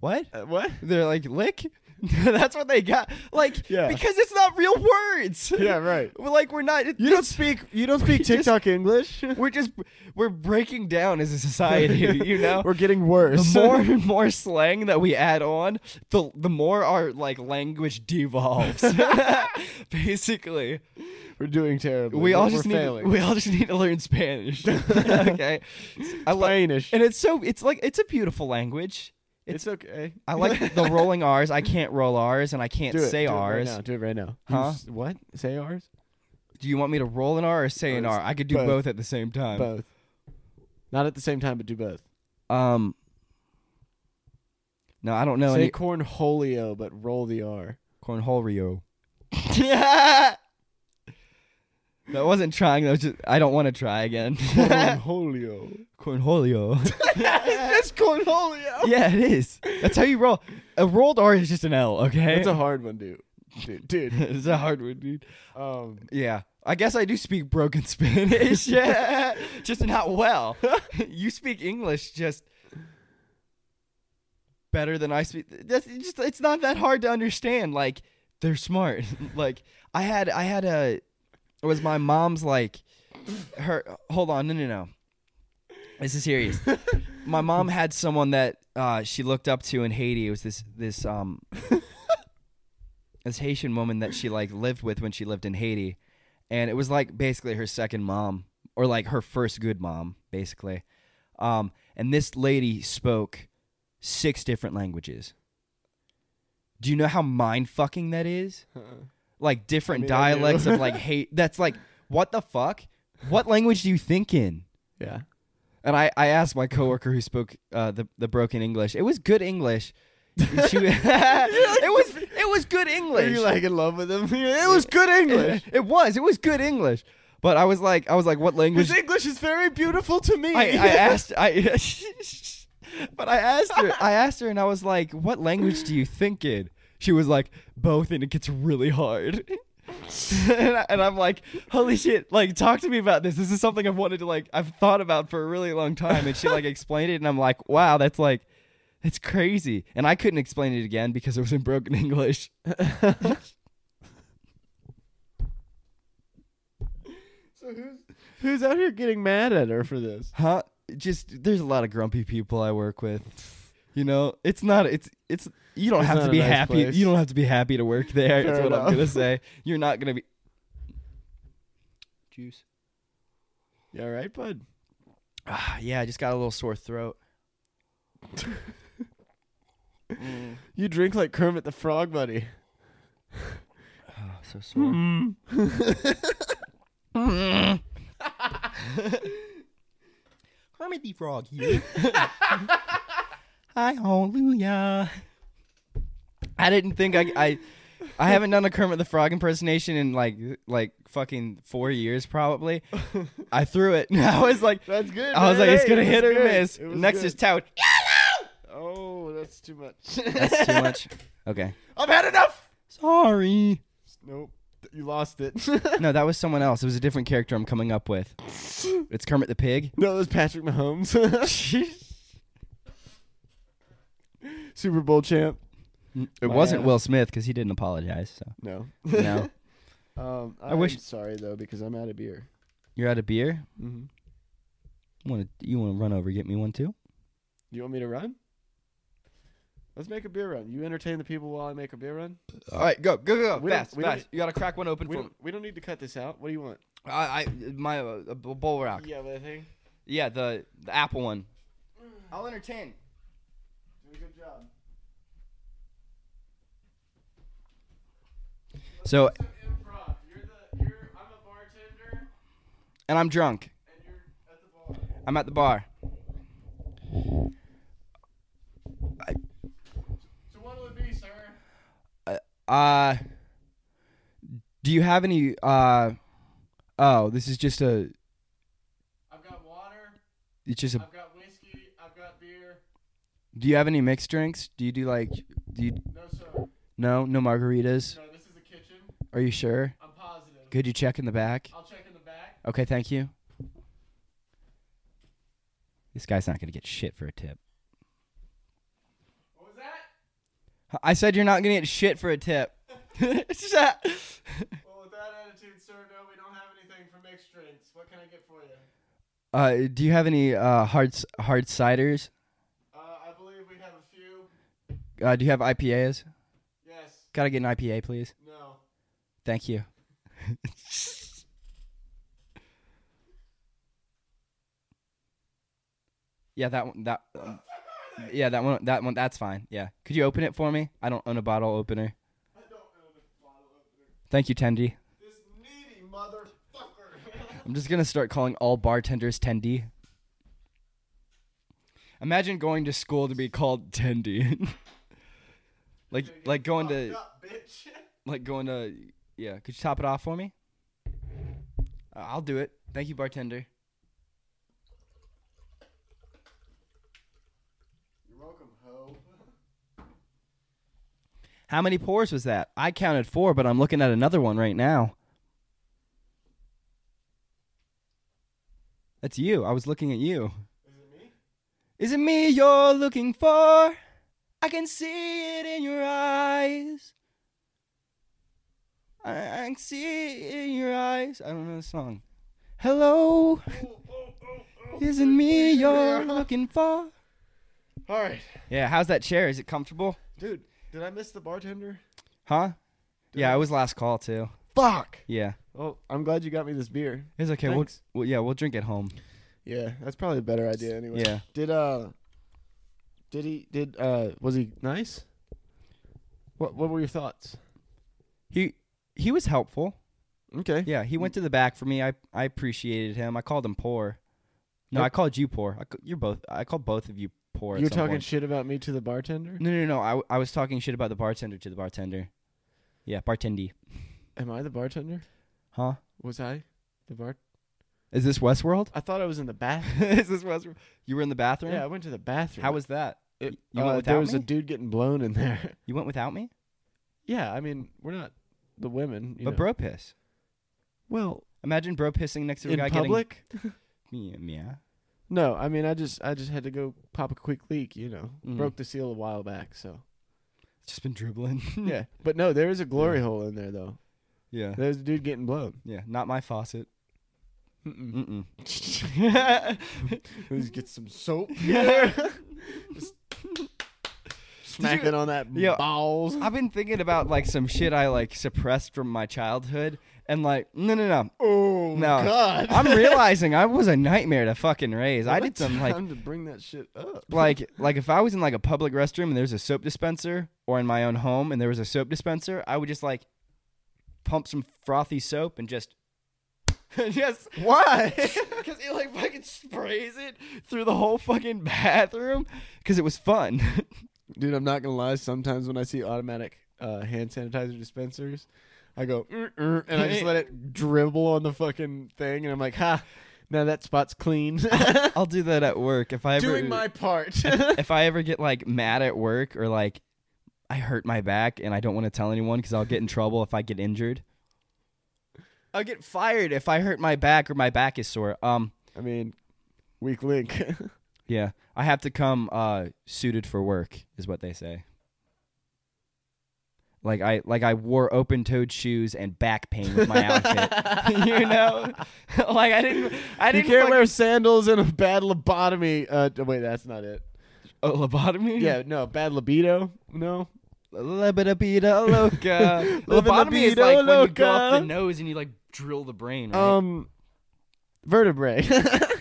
Speaker 1: "What?"
Speaker 2: Uh, what?
Speaker 1: They're like lick. That's what they got. Like
Speaker 2: Yeah.
Speaker 1: because it's not real words.
Speaker 2: Yeah, right.
Speaker 1: We're like we're not.
Speaker 2: You don't speak. You don't speak
Speaker 1: just-
Speaker 2: TikTok English.
Speaker 1: We're just we're breaking down as a society. You know.
Speaker 2: We're getting worse.
Speaker 1: the more and more slang that we add on, the the more our like language devolves. Basically,
Speaker 2: we're doing terribly.
Speaker 1: we all
Speaker 2: We're
Speaker 1: just need
Speaker 2: failing.
Speaker 1: we all just need to learn Spanish. okay, I love
Speaker 2: Spanish.
Speaker 1: and it's so it's like it's a beautiful language.
Speaker 2: it's okay.
Speaker 1: I like the rolling R's. I can't roll R's, and I can't
Speaker 2: do it,
Speaker 1: say
Speaker 2: do
Speaker 1: R's.
Speaker 2: It right now. Do it right now.
Speaker 1: Huh?
Speaker 2: You s- What? Say R's?
Speaker 1: do you want me to roll an R or say an
Speaker 2: Both.
Speaker 1: R? I could do both,
Speaker 2: Both.
Speaker 1: at the same time.
Speaker 2: both. Not at the same time, but do both.
Speaker 1: Um. No, I don't know
Speaker 2: say
Speaker 1: any
Speaker 2: cornholio, but roll the R.
Speaker 1: Cornholio. that wasn't trying. That was just, I don't want to try again.
Speaker 2: Cornholio.
Speaker 1: Cornholio.
Speaker 2: That's cornholio.
Speaker 1: yeah, it is. That's how you roll. A rolled R is just an L, okay?
Speaker 2: That's a hard one, dude. Dude, dude.
Speaker 1: it's a hard one, dude.
Speaker 2: Um,
Speaker 1: Yeah. I guess I do speak broken Spanish. yeah. Just not well. you speak English just better than I speak. That's it's just it's not that hard to understand. Like they're smart. like I had I had a it was my mom's like her hold on, no no no. This is serious. my mom had someone that uh, she looked up to in Haiti. It was this this um this Haitian woman that she like lived with when she lived in Haiti, and it was like basically her second mom or like her first good mom, basically. Um, and this lady spoke six different languages. Do you know how mind fucking that is?
Speaker 2: uh-uh.
Speaker 1: Like different
Speaker 2: mean, I do.
Speaker 1: dialects of like hate. That's like what the fuck? What language do you think in?
Speaker 2: yeah.
Speaker 1: And I, I asked my coworker who spoke uh, the the broken English. It was good English. And she- it was it was good
Speaker 2: Are
Speaker 1: English.
Speaker 2: you like in love with him? It was good English.
Speaker 1: It, was it was good English. But I was like I was like what language?
Speaker 2: His English is very beautiful to me.
Speaker 1: I, I asked I but I asked her I asked her and I was like what language do you think in? She was like both and it gets really hard. and, I, and I'm like, holy shit! Like, talk to me about this. This is something I've wanted to like, I've thought about for a really long time. And she like explained it, and I'm like, wow, that's like, that's crazy. And I couldn't explain it again because it was in broken English.
Speaker 2: so who's who's out here getting mad at her for this?
Speaker 1: Huh? Just there's a lot of grumpy people I work with. You know, it's not. It's it's. You don't
Speaker 2: It's
Speaker 1: have
Speaker 2: not
Speaker 1: to
Speaker 2: a
Speaker 1: be
Speaker 2: nice
Speaker 1: happy.
Speaker 2: place.
Speaker 1: You don't have to be happy to work there.
Speaker 2: Fair
Speaker 1: That's what
Speaker 2: enough.
Speaker 1: I'm gonna say. You're not gonna be. Juice.
Speaker 2: You all right, bud?
Speaker 1: Ah, yeah, I just got a little sore throat.
Speaker 2: You drink like Kermit the Frog, buddy.
Speaker 1: Oh, so sore. Mm-hmm. Kermit the Frog here. Hi, hallelujah. I didn't think I, I, I haven't done a Kermit the Frog impersonation in like, like fucking four years probably. I threw it. I was like,
Speaker 2: That's good.
Speaker 1: I was
Speaker 2: man.
Speaker 1: like, it's
Speaker 2: Hey,
Speaker 1: gonna
Speaker 2: it
Speaker 1: hit
Speaker 2: was
Speaker 1: or
Speaker 2: good.
Speaker 1: miss.
Speaker 2: It was
Speaker 1: Next
Speaker 2: good.
Speaker 1: is tout.
Speaker 2: Oh, that's too much.
Speaker 1: That's too much. Okay.
Speaker 2: I've had enough.
Speaker 1: Sorry.
Speaker 2: Nope, you lost it.
Speaker 1: No, that was someone else. It was a different character I'm coming up with. It's Kermit the Pig.
Speaker 2: no, it was Patrick Mahomes, Super Bowl champ.
Speaker 1: It
Speaker 2: Wow.
Speaker 1: wasn't Will Smith because he didn't apologize. So
Speaker 2: No,
Speaker 1: no,
Speaker 2: um, I
Speaker 1: I wish-
Speaker 2: wish. Sorry though, because I'm out of beer.
Speaker 1: you're out of beer.
Speaker 2: Mm-hmm.
Speaker 1: Want to you want to run over and get me one too?
Speaker 2: You want me to run? Let's make a beer run. You entertain the people while I make a beer run.
Speaker 1: All right, go go go
Speaker 2: We don't- we don't-
Speaker 1: You gotta crack one open
Speaker 2: We don't, we don't need to cut this out. What do you want?
Speaker 1: I, I my uh, uh, bowl rock.
Speaker 2: Yeah, but I think.
Speaker 1: Yeah, the the apple one. I'll entertain.
Speaker 2: Do a good job.
Speaker 1: So
Speaker 2: improv. You're the. You're. I'm a bartender,
Speaker 1: and I'm drunk.
Speaker 2: and you're at the bar.
Speaker 1: I'm at the bar.
Speaker 2: So what will it be, sir?
Speaker 1: Uh, do you have any? Uh, oh, this is just a.
Speaker 2: I've got water.
Speaker 1: It's just a.
Speaker 2: I've got whiskey. I've got beer.
Speaker 1: Do you have any mixed drinks? Do you do like? Do you
Speaker 2: No, sir.
Speaker 1: no no margaritas?
Speaker 2: No, this is the kitchen.
Speaker 1: Are you sure?
Speaker 2: I'm positive.
Speaker 1: Could you check in the back?
Speaker 2: I'll check in the back.
Speaker 1: Okay, thank you. This guy's not going to get shit for a tip.
Speaker 2: What was that?
Speaker 1: I said you're not going to get shit for a tip.
Speaker 2: Well, with that attitude, sir, no, we don't have anything for mixed drinks. What can I get for you?
Speaker 1: uh, do you have any uh, hard c- hard ciders?
Speaker 2: Uh, I believe we have a few.
Speaker 1: Uh, do you have IPAs?
Speaker 2: Yes.
Speaker 1: Gotta get an IPA, please.
Speaker 2: No.
Speaker 1: Thank you. yeah, that one. That um, yeah, that one. That one. That's fine. Yeah. Could you open it for me? I don't own a bottle opener.
Speaker 2: I don't know the bottle opener.
Speaker 1: Thank you, Tendy.
Speaker 2: This needy motherfucker.
Speaker 1: I'm just gonna start calling all bartenders Tendy. Imagine going to school to be called Tendy. like like going to
Speaker 2: Fucked up, bitch.
Speaker 1: like going to yeah. Could you top it off for me? Uh, I'll do it. Thank you, bartender.
Speaker 2: You're welcome, ho.
Speaker 1: How many pours was that? I counted four, but I'm looking at another one right now. That's you. I was looking at you.
Speaker 2: Is it me?
Speaker 1: Is it me you're looking for? I can see it in your eyes. I, I can see it in your eyes. I don't know the song. Hello,
Speaker 2: Oh,
Speaker 1: is it me you're looking for?
Speaker 2: All right,
Speaker 1: Yeah, how's that chair? Is it comfortable?
Speaker 2: dude. Did I miss the bartender?
Speaker 1: Huh?
Speaker 2: Did
Speaker 1: yeah,
Speaker 2: I-
Speaker 1: it was last call too.
Speaker 2: Fuck.
Speaker 1: Yeah,
Speaker 2: Well, Oh, I'm glad you got me this beer.
Speaker 1: it's okay. We'll,
Speaker 2: Thanks.
Speaker 1: well, yeah, we'll drink at home.
Speaker 2: Yeah, that's probably a better idea anyway.
Speaker 1: Yeah.
Speaker 2: Did uh, did he did uh was he nice? What what were your thoughts?
Speaker 1: He he was helpful.
Speaker 2: Okay.
Speaker 1: Yeah, he went to the back for me. I I appreciated him. I called him poor. No,
Speaker 2: Yep.
Speaker 1: I called you poor. I, ca- you're both. I called both of you poor. at
Speaker 2: You're
Speaker 1: some
Speaker 2: talking
Speaker 1: point.
Speaker 2: shit about me to the bartender?
Speaker 1: no, no, no. no. I w- I was talking shit about the bartender to the bartender. Yeah, bartendy.
Speaker 2: Am I the bartender?
Speaker 1: Huh?
Speaker 2: Was I the bar?
Speaker 1: Is this Westworld?
Speaker 2: I thought I was in the bathroom.
Speaker 1: Is this Westworld? You were in the bathroom.
Speaker 2: yeah, I went to the bathroom.
Speaker 1: How was that?
Speaker 2: it?
Speaker 1: you
Speaker 2: uh,
Speaker 1: went
Speaker 2: there
Speaker 1: without
Speaker 2: was a
Speaker 1: me?
Speaker 2: dude getting blown in there.
Speaker 1: You went without me.
Speaker 2: yeah, I mean we're not the women. You
Speaker 1: but
Speaker 2: know.
Speaker 1: bro piss.
Speaker 2: well,
Speaker 1: Imagine bro pissing next to a
Speaker 2: in
Speaker 1: guy
Speaker 2: public.
Speaker 1: getting. Yeah, yeah.
Speaker 2: No, I mean I just I just had to go pop a quick leak. You know,
Speaker 1: Mm.
Speaker 2: broke the seal a while back. So
Speaker 1: Just been dribbling.
Speaker 2: yeah, but no, there is a glory hole in there though.
Speaker 1: yeah,
Speaker 2: There's a dude getting blown.
Speaker 1: yeah. Not my faucet.
Speaker 2: Mm-mm.
Speaker 1: Mm-mm.
Speaker 2: Let's get some soap.
Speaker 1: Did
Speaker 2: Smacking
Speaker 1: you-
Speaker 2: on that
Speaker 1: Yeah.
Speaker 2: balls.
Speaker 1: I've been thinking about like some shit I like suppressed from my childhood, and like no, no, no. Oh no,
Speaker 2: God.
Speaker 1: I'm realizing I was a nightmare to fucking raise. I
Speaker 2: What
Speaker 1: did some like
Speaker 2: time to bring that shit up.
Speaker 1: like like if I was in like a public restroom and there's a soap dispenser, or in my own home and there was a soap dispenser, I would just like pump some frothy soap and just just
Speaker 2: Why?
Speaker 1: because it like fucking sprays it through the whole fucking bathroom because it was fun.
Speaker 2: Dude, I'm not gonna lie. Sometimes when I see automatic uh, hand sanitizer dispensers, I go "Mm, mm," and I just let it dribble on the fucking thing, and I'm like, ha, now that spot's clean.
Speaker 1: I'll do that at work if I ever
Speaker 2: Doing my part.
Speaker 1: if I ever get like mad at work or like I hurt my back and I don't want to tell anyone because I'll get in trouble if I get injured. I'll get fired if I hurt my back or my back is sore. Um,
Speaker 2: I mean, weak link.
Speaker 1: yeah, I have to come uh suited for work is what they say. Like I like I wore open-toed shoes and back pain with my outfit. you know, like I didn't I
Speaker 2: you
Speaker 1: didn't
Speaker 2: can't
Speaker 1: fucking-
Speaker 2: wear sandals and a bad lobotomy. Uh, d- wait, that's not it.
Speaker 1: Oh, lobotomy.
Speaker 2: Yeah, no, bad libido. No,
Speaker 1: Libido loca. Lobotomy is
Speaker 2: Libido
Speaker 1: like when you go up
Speaker 2: loca.
Speaker 1: the nose and you like drill the brain, right?
Speaker 2: um, vertebrae.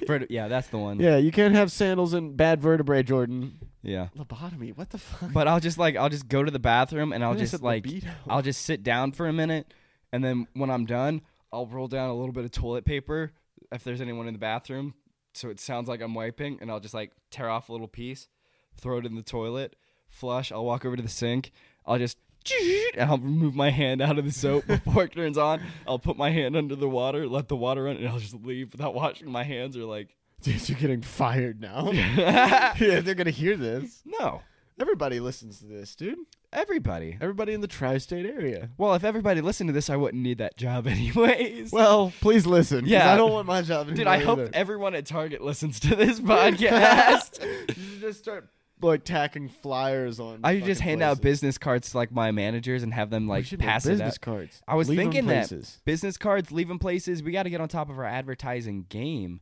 Speaker 1: Vert- yeah, that's the one. Yeah.
Speaker 2: yeah, you can't have sandals and bad vertebrae, Jordan. Lobotomy. What the fuck?
Speaker 1: But I'll just like I'll just go to the bathroom and I'll
Speaker 2: I think I
Speaker 1: just
Speaker 2: said
Speaker 1: like
Speaker 2: libido.
Speaker 1: I'll just sit down for a minute and then when I'm done, I'll roll down a little bit of toilet paper if there's anyone in the bathroom so it sounds like I'm wiping and I'll just like tear off a little piece, throw it in the toilet, flush, I'll walk over to the sink, I'll just and I'll remove my hand out of the soap before it turns on. I'll put my hand under the water, let the water run, and I'll just leave without washing my hands or like
Speaker 2: Dude, you're getting fired now.
Speaker 1: Yeah.
Speaker 2: yeah, they're gonna hear this.
Speaker 1: No.
Speaker 2: Everybody listens to this, dude.
Speaker 1: Everybody.
Speaker 2: Everybody in the tri-state area.
Speaker 1: Well, if everybody listened to this, I wouldn't need that job anyways.
Speaker 2: Well, please listen. 'cause
Speaker 1: Yeah.
Speaker 2: I don't want my job.
Speaker 1: Dude,
Speaker 2: anymore
Speaker 1: I hope
Speaker 2: either.
Speaker 1: everyone at Target listens to this podcast.
Speaker 2: you should just start like tacking flyers on.
Speaker 1: I should just
Speaker 2: fucking
Speaker 1: hand out
Speaker 2: places.
Speaker 1: business cards to like my managers and have them
Speaker 2: We
Speaker 1: like
Speaker 2: should make
Speaker 1: pass it
Speaker 2: business
Speaker 1: out.
Speaker 2: cards.
Speaker 1: I was
Speaker 2: Leave 'em
Speaker 1: thinking that
Speaker 2: places.
Speaker 1: business cards, leaving places. We got to get on top of our advertising game.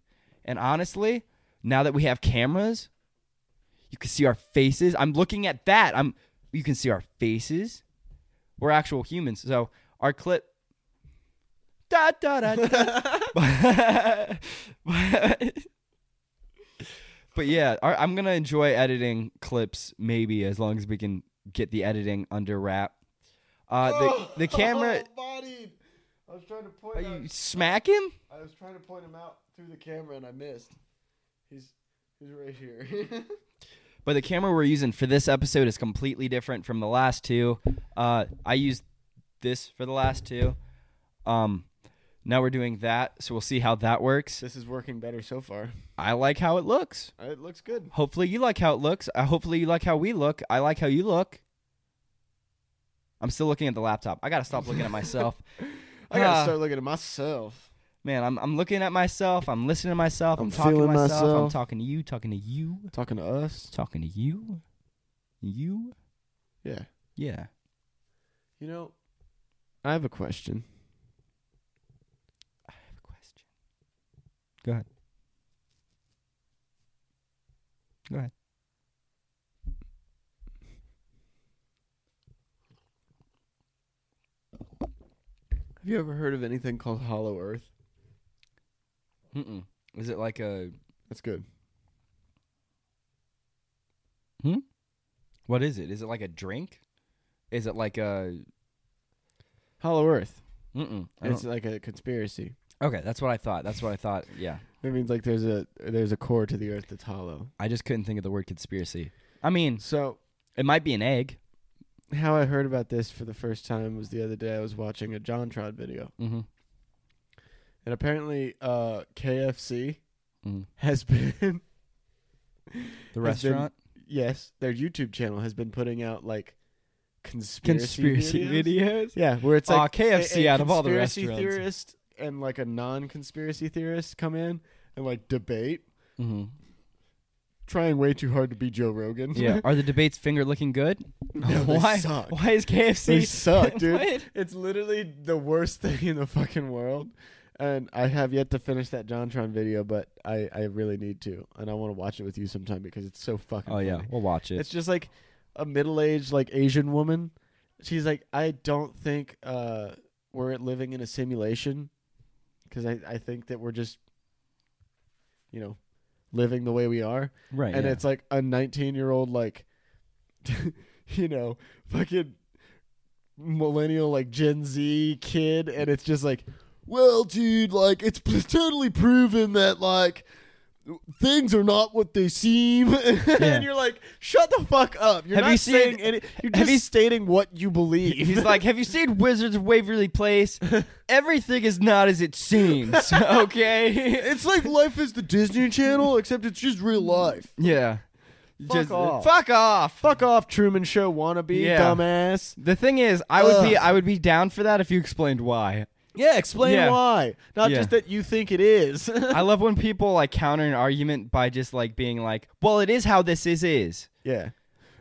Speaker 1: And honestly, now that we have cameras, you can see our faces. I'm looking at that. I'm. You can see our faces. We're actual humans, so our clip. Da da da. da. but yeah, our, I'm gonna enjoy editing clips. Maybe as long as we can get the editing under wrap. Uh, the the camera.
Speaker 2: Oh, Bodied. I was trying to
Speaker 1: Are
Speaker 2: point. Out,
Speaker 1: you smack him?
Speaker 2: I was trying to point him out through the camera and I missed. He's he's right here.
Speaker 1: But the camera we're using for this episode is completely different from the last two. Uh, I used this for the last two. Um, now we're doing that, so we'll see how that works.
Speaker 2: This is working better so far.
Speaker 1: I like how it looks.
Speaker 2: It looks good.
Speaker 1: Hopefully, you like how it looks. I hopefully you like how we look. I like how you look. I'm still looking at the laptop. I gotta stop looking at myself.
Speaker 2: I gotta
Speaker 1: Ah.
Speaker 2: start looking at myself.
Speaker 1: Man, I'm I'm looking at myself. I'm listening to myself. I'm,
Speaker 2: I'm
Speaker 1: talking to
Speaker 2: feeling
Speaker 1: myself. I'm
Speaker 2: myself.
Speaker 1: talking to you. Talking to you.
Speaker 2: Talking to us.
Speaker 1: Talking to you. You.
Speaker 2: Yeah.
Speaker 1: Yeah.
Speaker 2: You know, I have a question.
Speaker 1: I have a question. Go ahead. Go ahead.
Speaker 2: Have you ever heard of anything called Hollow Earth?
Speaker 1: Mm-mm. Is it like a
Speaker 2: That's good. Hmm?
Speaker 1: what is it? Is it like a drink? Is it like a
Speaker 2: Hollow Earth.
Speaker 1: mm-mm. I
Speaker 2: It's
Speaker 1: don't-
Speaker 2: like a conspiracy.
Speaker 1: okay, that's what I thought. That's what I thought. Yeah.
Speaker 2: It means like there's a there's a core to the earth that's hollow.
Speaker 1: I just couldn't think of the word conspiracy. I mean,
Speaker 2: So
Speaker 1: it might be an egg.
Speaker 2: how I heard about this for the first time was the other day I was watching a John Trod video.
Speaker 1: Mm-hmm.
Speaker 2: And apparently uh KFC
Speaker 1: Mm.
Speaker 2: has been
Speaker 1: The
Speaker 2: Has been
Speaker 1: restaurant
Speaker 2: yes, their YouTube channel has been putting out like conspiracy, videos.
Speaker 1: videos.
Speaker 2: Yeah, where it's
Speaker 1: Aw,
Speaker 2: like
Speaker 1: KFC out of all the
Speaker 2: conspiracy
Speaker 1: restaurants.
Speaker 2: theorist and like a non-conspiracy theorist come in and like debate,
Speaker 1: Mm-hmm.
Speaker 2: trying way too hard to be Joe Rogan.
Speaker 1: Yeah. Are the debates finger looking good?
Speaker 2: No, they
Speaker 1: why?
Speaker 2: suck.
Speaker 1: Why is KFC?
Speaker 2: They suck, dude.
Speaker 1: What?
Speaker 2: It's literally the worst thing in the fucking world. And I have yet to finish that JonTron video, but I, I really need to, and I want to watch it with you sometime because it's so fucking.
Speaker 1: Oh yeah,
Speaker 2: funny.
Speaker 1: we'll watch it.
Speaker 2: it's just like a middle-aged like Asian woman. She's like, I don't think uh, we're living in a simulation because I I think that we're just, you know, living the way we are
Speaker 1: right.
Speaker 2: and
Speaker 1: yeah.
Speaker 2: it's like a 19 year old like you know fucking millennial like gen z kid and it's just like well dude like it's p- totally proven that like things are not what they seem
Speaker 1: Yeah.
Speaker 2: and you're like shut the fuck up you're
Speaker 1: Have
Speaker 2: not
Speaker 1: you seen-
Speaker 2: saying any you're
Speaker 1: have
Speaker 2: just
Speaker 1: you-
Speaker 2: stating what you believe
Speaker 1: He's like, have you seen Wizards of Waverly Place? Everything is not as it seems. Okay.
Speaker 2: it's like life is the disney channel except it's just real life
Speaker 1: yeah. uh,
Speaker 2: Fuck off.
Speaker 1: Fuck off.
Speaker 2: fuck off truman show wannabe
Speaker 1: Yeah.
Speaker 2: dumbass
Speaker 1: The thing is, I would be
Speaker 2: Ugh.
Speaker 1: I would be down for that if you explained why.
Speaker 2: Yeah, explain
Speaker 1: Yeah.
Speaker 2: why. Not
Speaker 1: Yeah.
Speaker 2: just that you think it is.
Speaker 1: I love when people like counter an argument by just like being like, "Well, it is how this is is."
Speaker 2: yeah.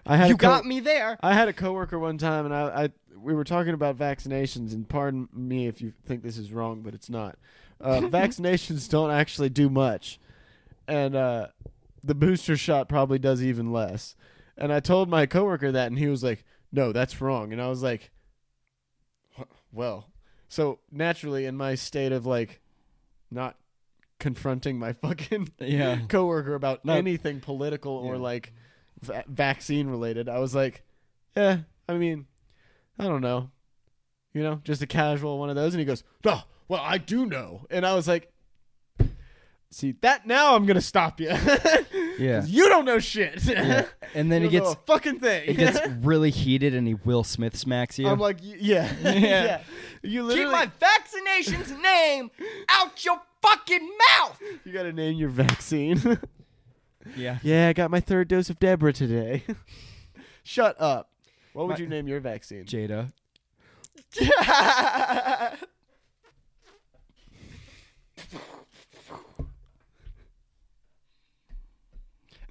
Speaker 2: I had
Speaker 1: You
Speaker 2: a co-
Speaker 1: got me there.
Speaker 2: I had a coworker one time and I, I we were talking about vaccinations and pardon me if you think this is wrong, but it's not. Uh, vaccinations don't actually do much. And uh, the booster shot probably does even less. And I told my coworker that and he was like, "No, that's wrong." And I was like, "Huh, "Well." So naturally in my state of like not confronting my fucking
Speaker 1: Yeah.
Speaker 2: coworker about
Speaker 1: No.
Speaker 2: anything political or
Speaker 1: Yeah.
Speaker 2: like va- vaccine related. I was like, yeah, I mean, I don't know, you know, just a casual one of those. And he goes, oh, well, I do know. And I was like, see that now I'm gonna stop you.
Speaker 1: Yeah.
Speaker 2: you don't know shit.
Speaker 1: Yeah. And then
Speaker 2: you
Speaker 1: it
Speaker 2: don't
Speaker 1: gets
Speaker 2: know a fucking thing.
Speaker 1: it gets really heated, and he Will Smith smacks you.
Speaker 2: I'm like, y- yeah, yeah. You literally,
Speaker 1: vaccination's name out your fucking mouth.
Speaker 2: you gotta name your vaccine.
Speaker 1: Yeah.
Speaker 2: Yeah, I got my third dose of Deborah today. Shut up. What would
Speaker 1: My-
Speaker 2: you name your vaccine?
Speaker 1: Jada.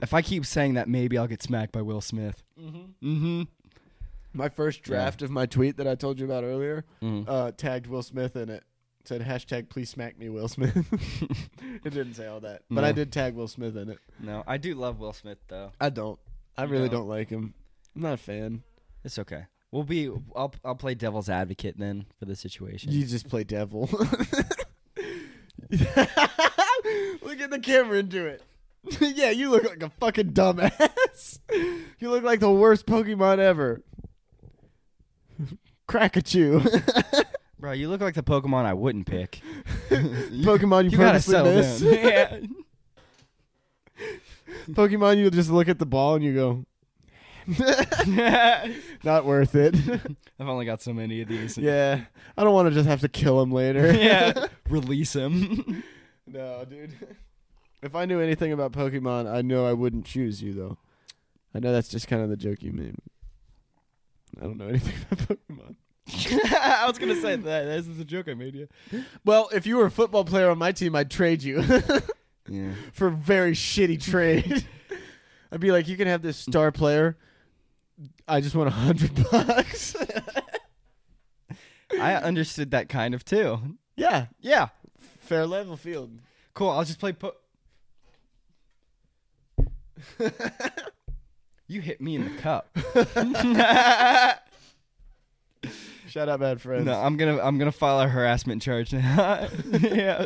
Speaker 1: If I keep saying that, maybe I'll get smacked by Will Smith. Mm-hmm.
Speaker 2: my first draft of my tweet that I told you about earlier
Speaker 1: Mm-hmm.
Speaker 2: uh, tagged Will Smith in it. It Said hashtag please smack me Will Smith. it didn't say all that, but I
Speaker 1: No.
Speaker 2: did tag Will Smith in it.
Speaker 1: No, I do love Will Smith though.
Speaker 2: I don't. I
Speaker 1: You
Speaker 2: really
Speaker 1: don't?
Speaker 2: don't. like him. I'm not a fan.
Speaker 1: It's okay. We'll be. I'll. I'll play devil's advocate then for the situation.
Speaker 2: You just play devil. look at the camera and do it. yeah, you look like a fucking dumbass. you look like the worst Pokemon ever. Crackachew.
Speaker 1: Bro, you look like the Pokemon I wouldn't pick.
Speaker 2: Pokemon you, purposely miss.
Speaker 1: Yeah.
Speaker 2: Pokemon you just look at the ball and you go,
Speaker 1: I've
Speaker 2: Not worth it.
Speaker 1: only got so many of these.
Speaker 2: yeah. I don't want to just have to kill him later.
Speaker 1: yeah. Release him.
Speaker 2: No, dude. If I knew anything about Pokemon, I know I wouldn't choose you though. I know that's just kind of the joke you made. I don't know anything about Pokemon.
Speaker 1: I was gonna say that. This is a joke I made. Yeah.
Speaker 2: Well, if you were a football player on my team, I'd trade you
Speaker 1: Yeah.
Speaker 2: for a very shitty trade. I'd be like, you can have this star player. I just want a hundred bucks.
Speaker 1: I understood that kind of too.
Speaker 2: yeah,
Speaker 1: Yeah.
Speaker 2: fair level field.
Speaker 1: Cool. I'll just play. Po- you hit me in the cup.
Speaker 2: Shout out, bad friends.
Speaker 1: No, I'm gonna I'm gonna file a harassment charge now. yeah,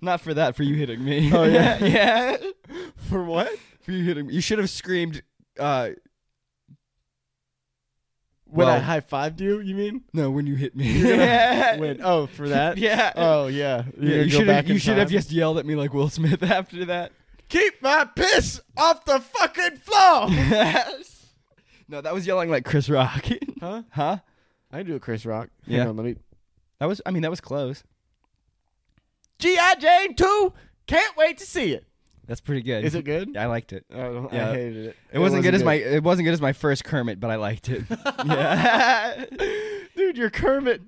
Speaker 1: not for that. For you hitting me.
Speaker 2: Oh, yeah.
Speaker 1: yeah.
Speaker 2: For what?
Speaker 1: For you hitting me. You should have screamed. Uh,
Speaker 2: When I
Speaker 1: Well-
Speaker 2: high fived you, you mean?
Speaker 1: no, when you hit me.
Speaker 2: You're gonna
Speaker 1: yeah.
Speaker 2: Wait, oh, for that?
Speaker 1: Yeah.
Speaker 2: Oh yeah.
Speaker 1: Yeah,
Speaker 2: gonna
Speaker 1: you
Speaker 2: go
Speaker 1: should
Speaker 2: back
Speaker 1: have. You
Speaker 2: in
Speaker 1: should have
Speaker 2: time?
Speaker 1: just yelled at me like Will Smith after that.
Speaker 2: keep my piss off the fucking floor.
Speaker 1: no, that was yelling like Chris Rock.
Speaker 2: huh?
Speaker 1: huh?
Speaker 2: I do a Chris Rock.
Speaker 1: Yeah.
Speaker 2: Hang on, let me.
Speaker 1: That was. I mean, that was close.
Speaker 2: G.I. Jane 2. Can't wait to see it.
Speaker 1: That's pretty good.
Speaker 2: Is it good?
Speaker 1: I liked it.
Speaker 2: Oh,
Speaker 1: Yeah.
Speaker 2: I hated it.
Speaker 1: It, wasn't good as my. It wasn't good as my first Kermit, but I liked it. yeah.
Speaker 2: Dude, you're Kermit.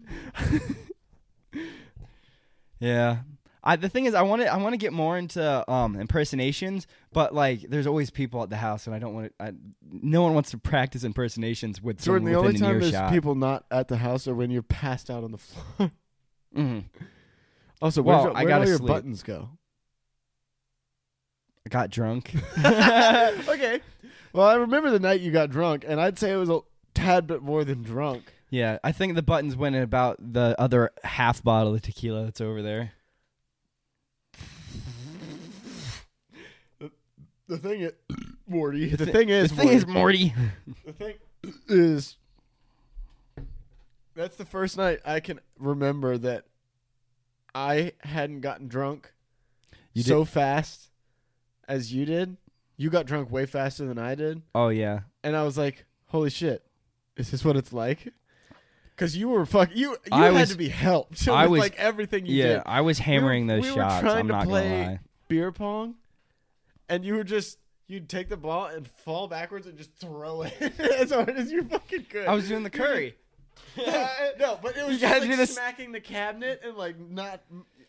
Speaker 1: Yeah. I, the thing is, I want to I want to get more into um, impersonations, but like, there's always people at the house, and I don't want to. No one wants to practice impersonations with
Speaker 2: Jordan, the
Speaker 1: someone
Speaker 2: only
Speaker 1: within
Speaker 2: time
Speaker 1: an
Speaker 2: there's
Speaker 1: earshot.
Speaker 2: people not at the house are when you're passed out on the floor.
Speaker 1: Mhm.
Speaker 2: Also,
Speaker 1: Well,
Speaker 2: where's the-
Speaker 1: I
Speaker 2: where'd
Speaker 1: gotta
Speaker 2: all your
Speaker 1: sleep.
Speaker 2: buttons go?
Speaker 1: I got drunk.
Speaker 2: okay. Well, I remember the night you got drunk, and I'd say it was a tad bit more than drunk.
Speaker 1: yeah, I think the buttons went in about the other half bottle of tequila that's over there.
Speaker 2: The thing is, Morty. The, thing is,
Speaker 1: the thing
Speaker 2: Morty,
Speaker 1: is, Morty.
Speaker 2: The thing is, that's the first night I can remember that I hadn't gotten drunk
Speaker 1: You
Speaker 2: so fast as you did. You got drunk way faster than I did,
Speaker 1: Oh yeah,
Speaker 2: and I was like, "Holy shit, is this what it's like?" Because you were fuck you. You
Speaker 1: I
Speaker 2: had
Speaker 1: was-
Speaker 2: to be helped.
Speaker 1: I
Speaker 2: with,
Speaker 1: was-
Speaker 2: like everything you
Speaker 1: yeah.
Speaker 2: did.
Speaker 1: I was hammering
Speaker 2: we
Speaker 1: those
Speaker 2: were
Speaker 1: shots.
Speaker 2: trying
Speaker 1: I'm
Speaker 2: to
Speaker 1: not
Speaker 2: play-
Speaker 1: gonna lie.
Speaker 2: Beer pong, and you were just. You'd take the ball and fall backwards and just throw it as hard as you fucking could.
Speaker 1: I was doing the curry.
Speaker 2: no, but it was
Speaker 1: You
Speaker 2: just
Speaker 1: gotta
Speaker 2: like
Speaker 1: do this-
Speaker 2: smacking the cabinet and like not.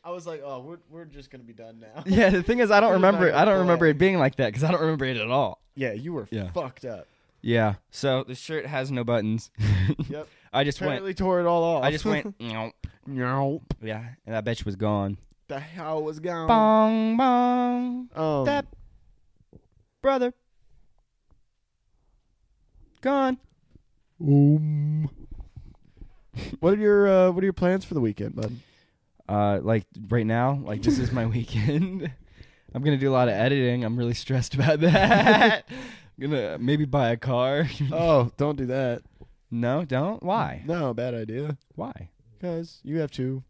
Speaker 2: I was like, oh, we're we're just gonna be done now.
Speaker 1: Yeah, the thing is, I don't
Speaker 2: It was not
Speaker 1: remember. it- I
Speaker 2: gonna
Speaker 1: don't remember
Speaker 2: play.
Speaker 1: it being like that because I don't remember it at all.
Speaker 2: Yeah, you were
Speaker 1: Yeah.
Speaker 2: fucked up.
Speaker 1: Yeah. So the shirt has no buttons.
Speaker 2: Yep.
Speaker 1: I just went.
Speaker 2: Apparently tore it all off.
Speaker 1: I just went. "Nyawp."
Speaker 2: Nope.
Speaker 1: Yeah, and that bitch was gone.
Speaker 2: The hell was gone.
Speaker 1: Bong bong.
Speaker 2: Um,
Speaker 1: That brother gone.
Speaker 2: um. what are your uh, What are your plans for the weekend, bud?
Speaker 1: Uh, like right now, like this is my weekend. I'm gonna do a lot of editing. I'm really stressed about that. I'm gonna maybe buy a car.
Speaker 2: oh, don't do that.
Speaker 1: no, don't. Why?
Speaker 2: No, bad idea.
Speaker 1: Why?
Speaker 2: Cause you have two,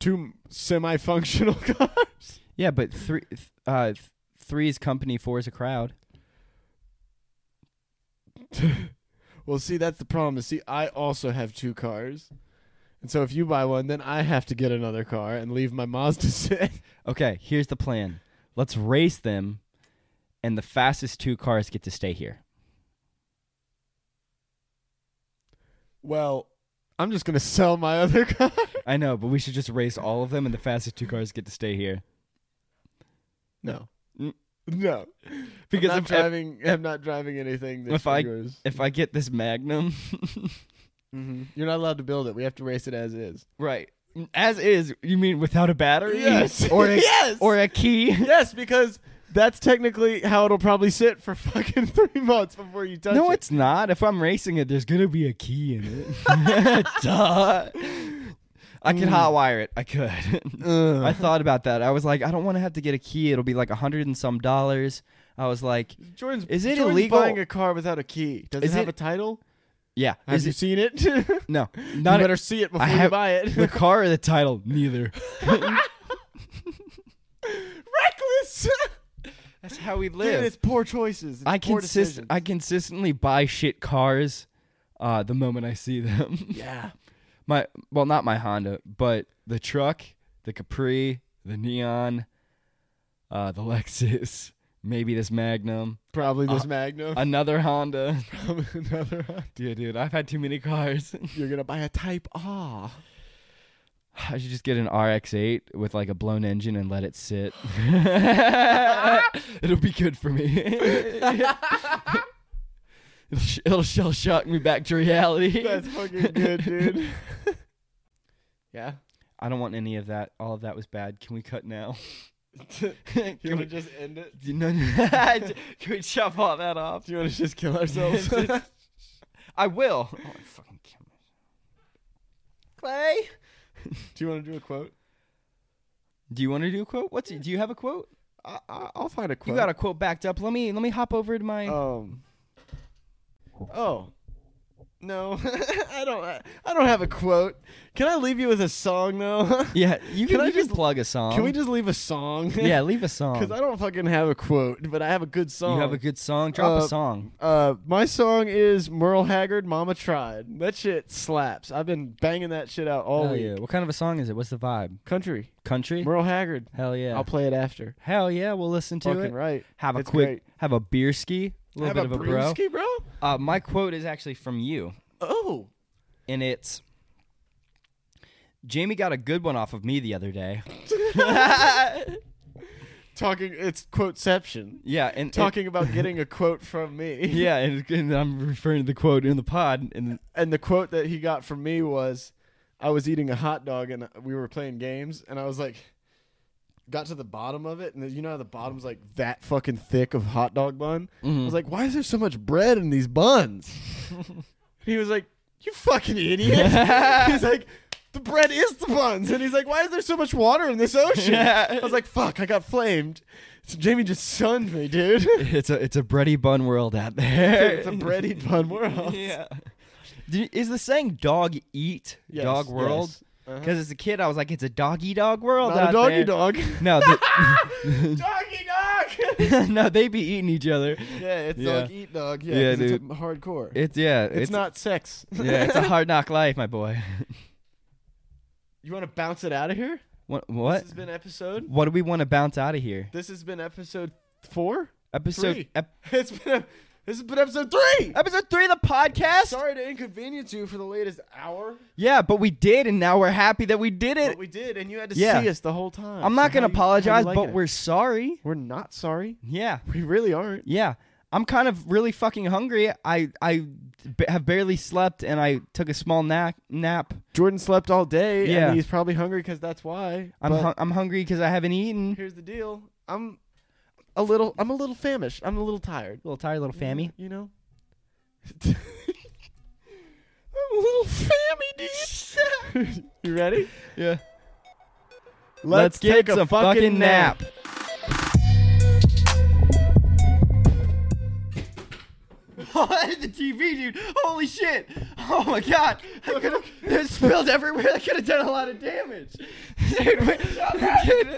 Speaker 2: two semi-functional cars.
Speaker 1: Yeah, but three, th- uh, th- three is company, four is a crowd.
Speaker 2: Well, see, that's the problem. Is see, I also have two cars, and so if you buy one, then I have to get another car and leave my Mazda sit.
Speaker 1: Okay, here's the plan. Let's race them, and the fastest two cars get to stay here.
Speaker 2: well, I'm just gonna sell my other car.
Speaker 1: I know, but we should just race all of them, and the fastest two cars get to stay here.
Speaker 2: No,
Speaker 1: Mm.
Speaker 2: no,
Speaker 1: Because
Speaker 2: I'm not
Speaker 1: if, if,
Speaker 2: driving, I'm not driving anything. That's
Speaker 1: If I-
Speaker 2: yours.
Speaker 1: if I get this Magnum,
Speaker 2: Mhm. you're not allowed to build it, we have to race it as is.
Speaker 1: right as is, you mean without a battery?
Speaker 2: or
Speaker 1: or a,
Speaker 2: yes,
Speaker 1: or a key?
Speaker 2: yes, because that's technically how it'll probably sit for fucking three months before you touch it.
Speaker 1: No, it's not. If I'm racing it, there's gonna be a key in it. Duh. I could
Speaker 2: Mm.
Speaker 1: hotwire it. I could.
Speaker 2: Ugh.
Speaker 1: I thought about that. I was like, I don't want to have to get a key. It'll be like a hundred and some dollars. I was like,
Speaker 2: Jordan's
Speaker 1: Is it
Speaker 2: Jordan's
Speaker 1: illegal-
Speaker 2: buying a car without a key? Does
Speaker 1: Is
Speaker 2: it
Speaker 1: it-
Speaker 2: have a title?
Speaker 1: yeah,
Speaker 2: Have
Speaker 1: is
Speaker 2: you
Speaker 1: it?
Speaker 2: seen it? you
Speaker 1: No, not
Speaker 2: better
Speaker 1: a,
Speaker 2: see it before you
Speaker 1: have-
Speaker 2: buy
Speaker 1: the
Speaker 2: it.
Speaker 1: car or the title. Neither.
Speaker 2: Reckless.
Speaker 1: That's how we
Speaker 2: Dude,
Speaker 1: live.
Speaker 2: it's poor choices. It's
Speaker 1: I
Speaker 2: poor
Speaker 1: consist
Speaker 2: decisions.
Speaker 1: I consistently buy shit cars uh, the moment I see them.
Speaker 2: yeah.
Speaker 1: my well, not my Honda, but the truck, the Capri, the Neon, uh, the Lexus, maybe this Magnum,
Speaker 2: Probably this
Speaker 1: Uh,
Speaker 2: Magnum.
Speaker 1: another Honda.
Speaker 2: Probably another one.
Speaker 1: Dude, dude, I've had too many cars.
Speaker 2: You're gonna buy a Type R.
Speaker 1: I should just get an RX-8 with like a blown engine and let it sit. it'll be good for me. it'll, sh- it'll shell shock me back to reality.
Speaker 2: That's fucking good, dude. yeah.
Speaker 1: I don't want any of that. All of that was bad. Can we cut now?
Speaker 2: Do
Speaker 1: Can
Speaker 2: you
Speaker 1: we,
Speaker 2: want to just end it?
Speaker 1: you know- can we chop all that off?
Speaker 2: Do you want to just kill ourselves?
Speaker 1: I will. Oh, I fucking kill myself. Clay,
Speaker 2: Do you want to do a quote?
Speaker 1: do you want to do a quote? What's it? Do you have a quote?
Speaker 2: I, I, I'll find a quote.
Speaker 1: You got a quote Uh, backed up. Let me let me hop over to my.
Speaker 2: Um. Oh. No, I don't. I, I don't have a quote. Can I leave you with a song though?
Speaker 1: yeah, you can,
Speaker 2: Can I
Speaker 1: you can
Speaker 2: just-
Speaker 1: plug a song.
Speaker 2: Can we just leave a song?
Speaker 1: yeah, leave a song.
Speaker 2: Because I don't fucking have a quote, but I have a good song.
Speaker 1: You have a good song. Drop
Speaker 2: Uh,
Speaker 1: a song.
Speaker 2: Uh, my song is Merle Haggard, Mama Tried. That shit slaps. I've been banging that shit out all
Speaker 1: Hell
Speaker 2: week.
Speaker 1: yeah. What kind of a song is it? What's the vibe?
Speaker 2: Country.
Speaker 1: Country.
Speaker 2: Merle Haggard.
Speaker 1: Hell yeah.
Speaker 2: I'll play it after.
Speaker 1: Hell yeah. We'll listen to
Speaker 2: Fucking
Speaker 1: it.
Speaker 2: right.
Speaker 1: Have a
Speaker 2: It's
Speaker 1: quick.
Speaker 2: great.
Speaker 1: Have a beer ski. A little bit of a bro.
Speaker 2: brewski, bro.
Speaker 1: Uh, my quote is actually from you,
Speaker 2: Oh.
Speaker 1: and it's Jamie got a good one off of me the other day.
Speaker 2: Talking. It's quoteception.
Speaker 1: Yeah, and
Speaker 2: Talking about getting a quote from me.
Speaker 1: and- yeah, and, and I'm referring to the quote in the pod, and
Speaker 2: and the quote that he got from me was i was eating a hot dog and we were playing games and i was like got to the bottom of it and you know how the bottom's like that fucking thick of hot dog bun i was like why is there so much bread in these buns he was like you fucking idiot he's like the bread is the buns and he's like why is there so much water in this ocean i was like fuck i got flamed so jamie just sunned me dude
Speaker 1: it's a it's a bready bun world out there.
Speaker 2: it's a bready bun world
Speaker 1: Yeah. Do- Is the saying "dog eat
Speaker 2: Yes,
Speaker 1: dog world"?
Speaker 2: yes.
Speaker 1: Because
Speaker 2: Uh-huh.
Speaker 1: as a kid, I was like, "It's a doggy dog world."
Speaker 2: Not a
Speaker 1: out
Speaker 2: doggy
Speaker 1: there.
Speaker 2: dog.
Speaker 1: No,
Speaker 2: doggy dog.
Speaker 1: they, no, they be eating each other.
Speaker 2: yeah, it's
Speaker 1: Yeah.
Speaker 2: dog eat dog. Yeah,
Speaker 1: Yeah,
Speaker 2: 'cause it's
Speaker 1: dude.
Speaker 2: a hardcore.
Speaker 1: It's yeah,
Speaker 2: it's, not sex.
Speaker 1: Yeah, it's a hard knock life, my boy.
Speaker 2: you want to bounce it out of here?
Speaker 1: What?
Speaker 2: This
Speaker 1: What?
Speaker 2: has been episode.
Speaker 1: What do we want to bounce out of here?
Speaker 2: This has been episode four.
Speaker 1: Episode
Speaker 2: Three.
Speaker 1: ep-
Speaker 2: It's been. A, this has been episode three.
Speaker 1: episode three of the podcast.
Speaker 2: Sorry to inconvenience you for the latest hour,
Speaker 1: Yeah, but we did, and now we're happy that we did
Speaker 2: but
Speaker 1: it.
Speaker 2: we did, and you had to
Speaker 1: Yeah.
Speaker 2: see us the whole time.
Speaker 1: I'm not gonna
Speaker 2: So how do you- how do you
Speaker 1: apologize,
Speaker 2: like
Speaker 1: but
Speaker 2: it?
Speaker 1: we're sorry.
Speaker 2: we're not sorry.
Speaker 1: Yeah,
Speaker 2: We really aren't.
Speaker 1: yeah. I'm kind of really fucking hungry. I I b- have barely slept, and I took a small nap. Nap.
Speaker 2: Jordan slept all day,
Speaker 1: Yeah.
Speaker 2: and he's probably hungry because that's why.
Speaker 1: I'm
Speaker 2: but-
Speaker 1: hun- I'm hungry because I haven't eaten.
Speaker 2: here's the deal. I'm a little I'm a little famished. I'm a little tired.
Speaker 1: little tired, little fammy.
Speaker 2: You know? I'm a little fammy, dude. you ready?
Speaker 1: Yeah.
Speaker 2: Let's,
Speaker 1: get
Speaker 2: take
Speaker 1: some fucking nap. the TV, dude. Holy shit. Oh my god. I could have spilled everywhere. I could have done a lot of damage. Dude, wait.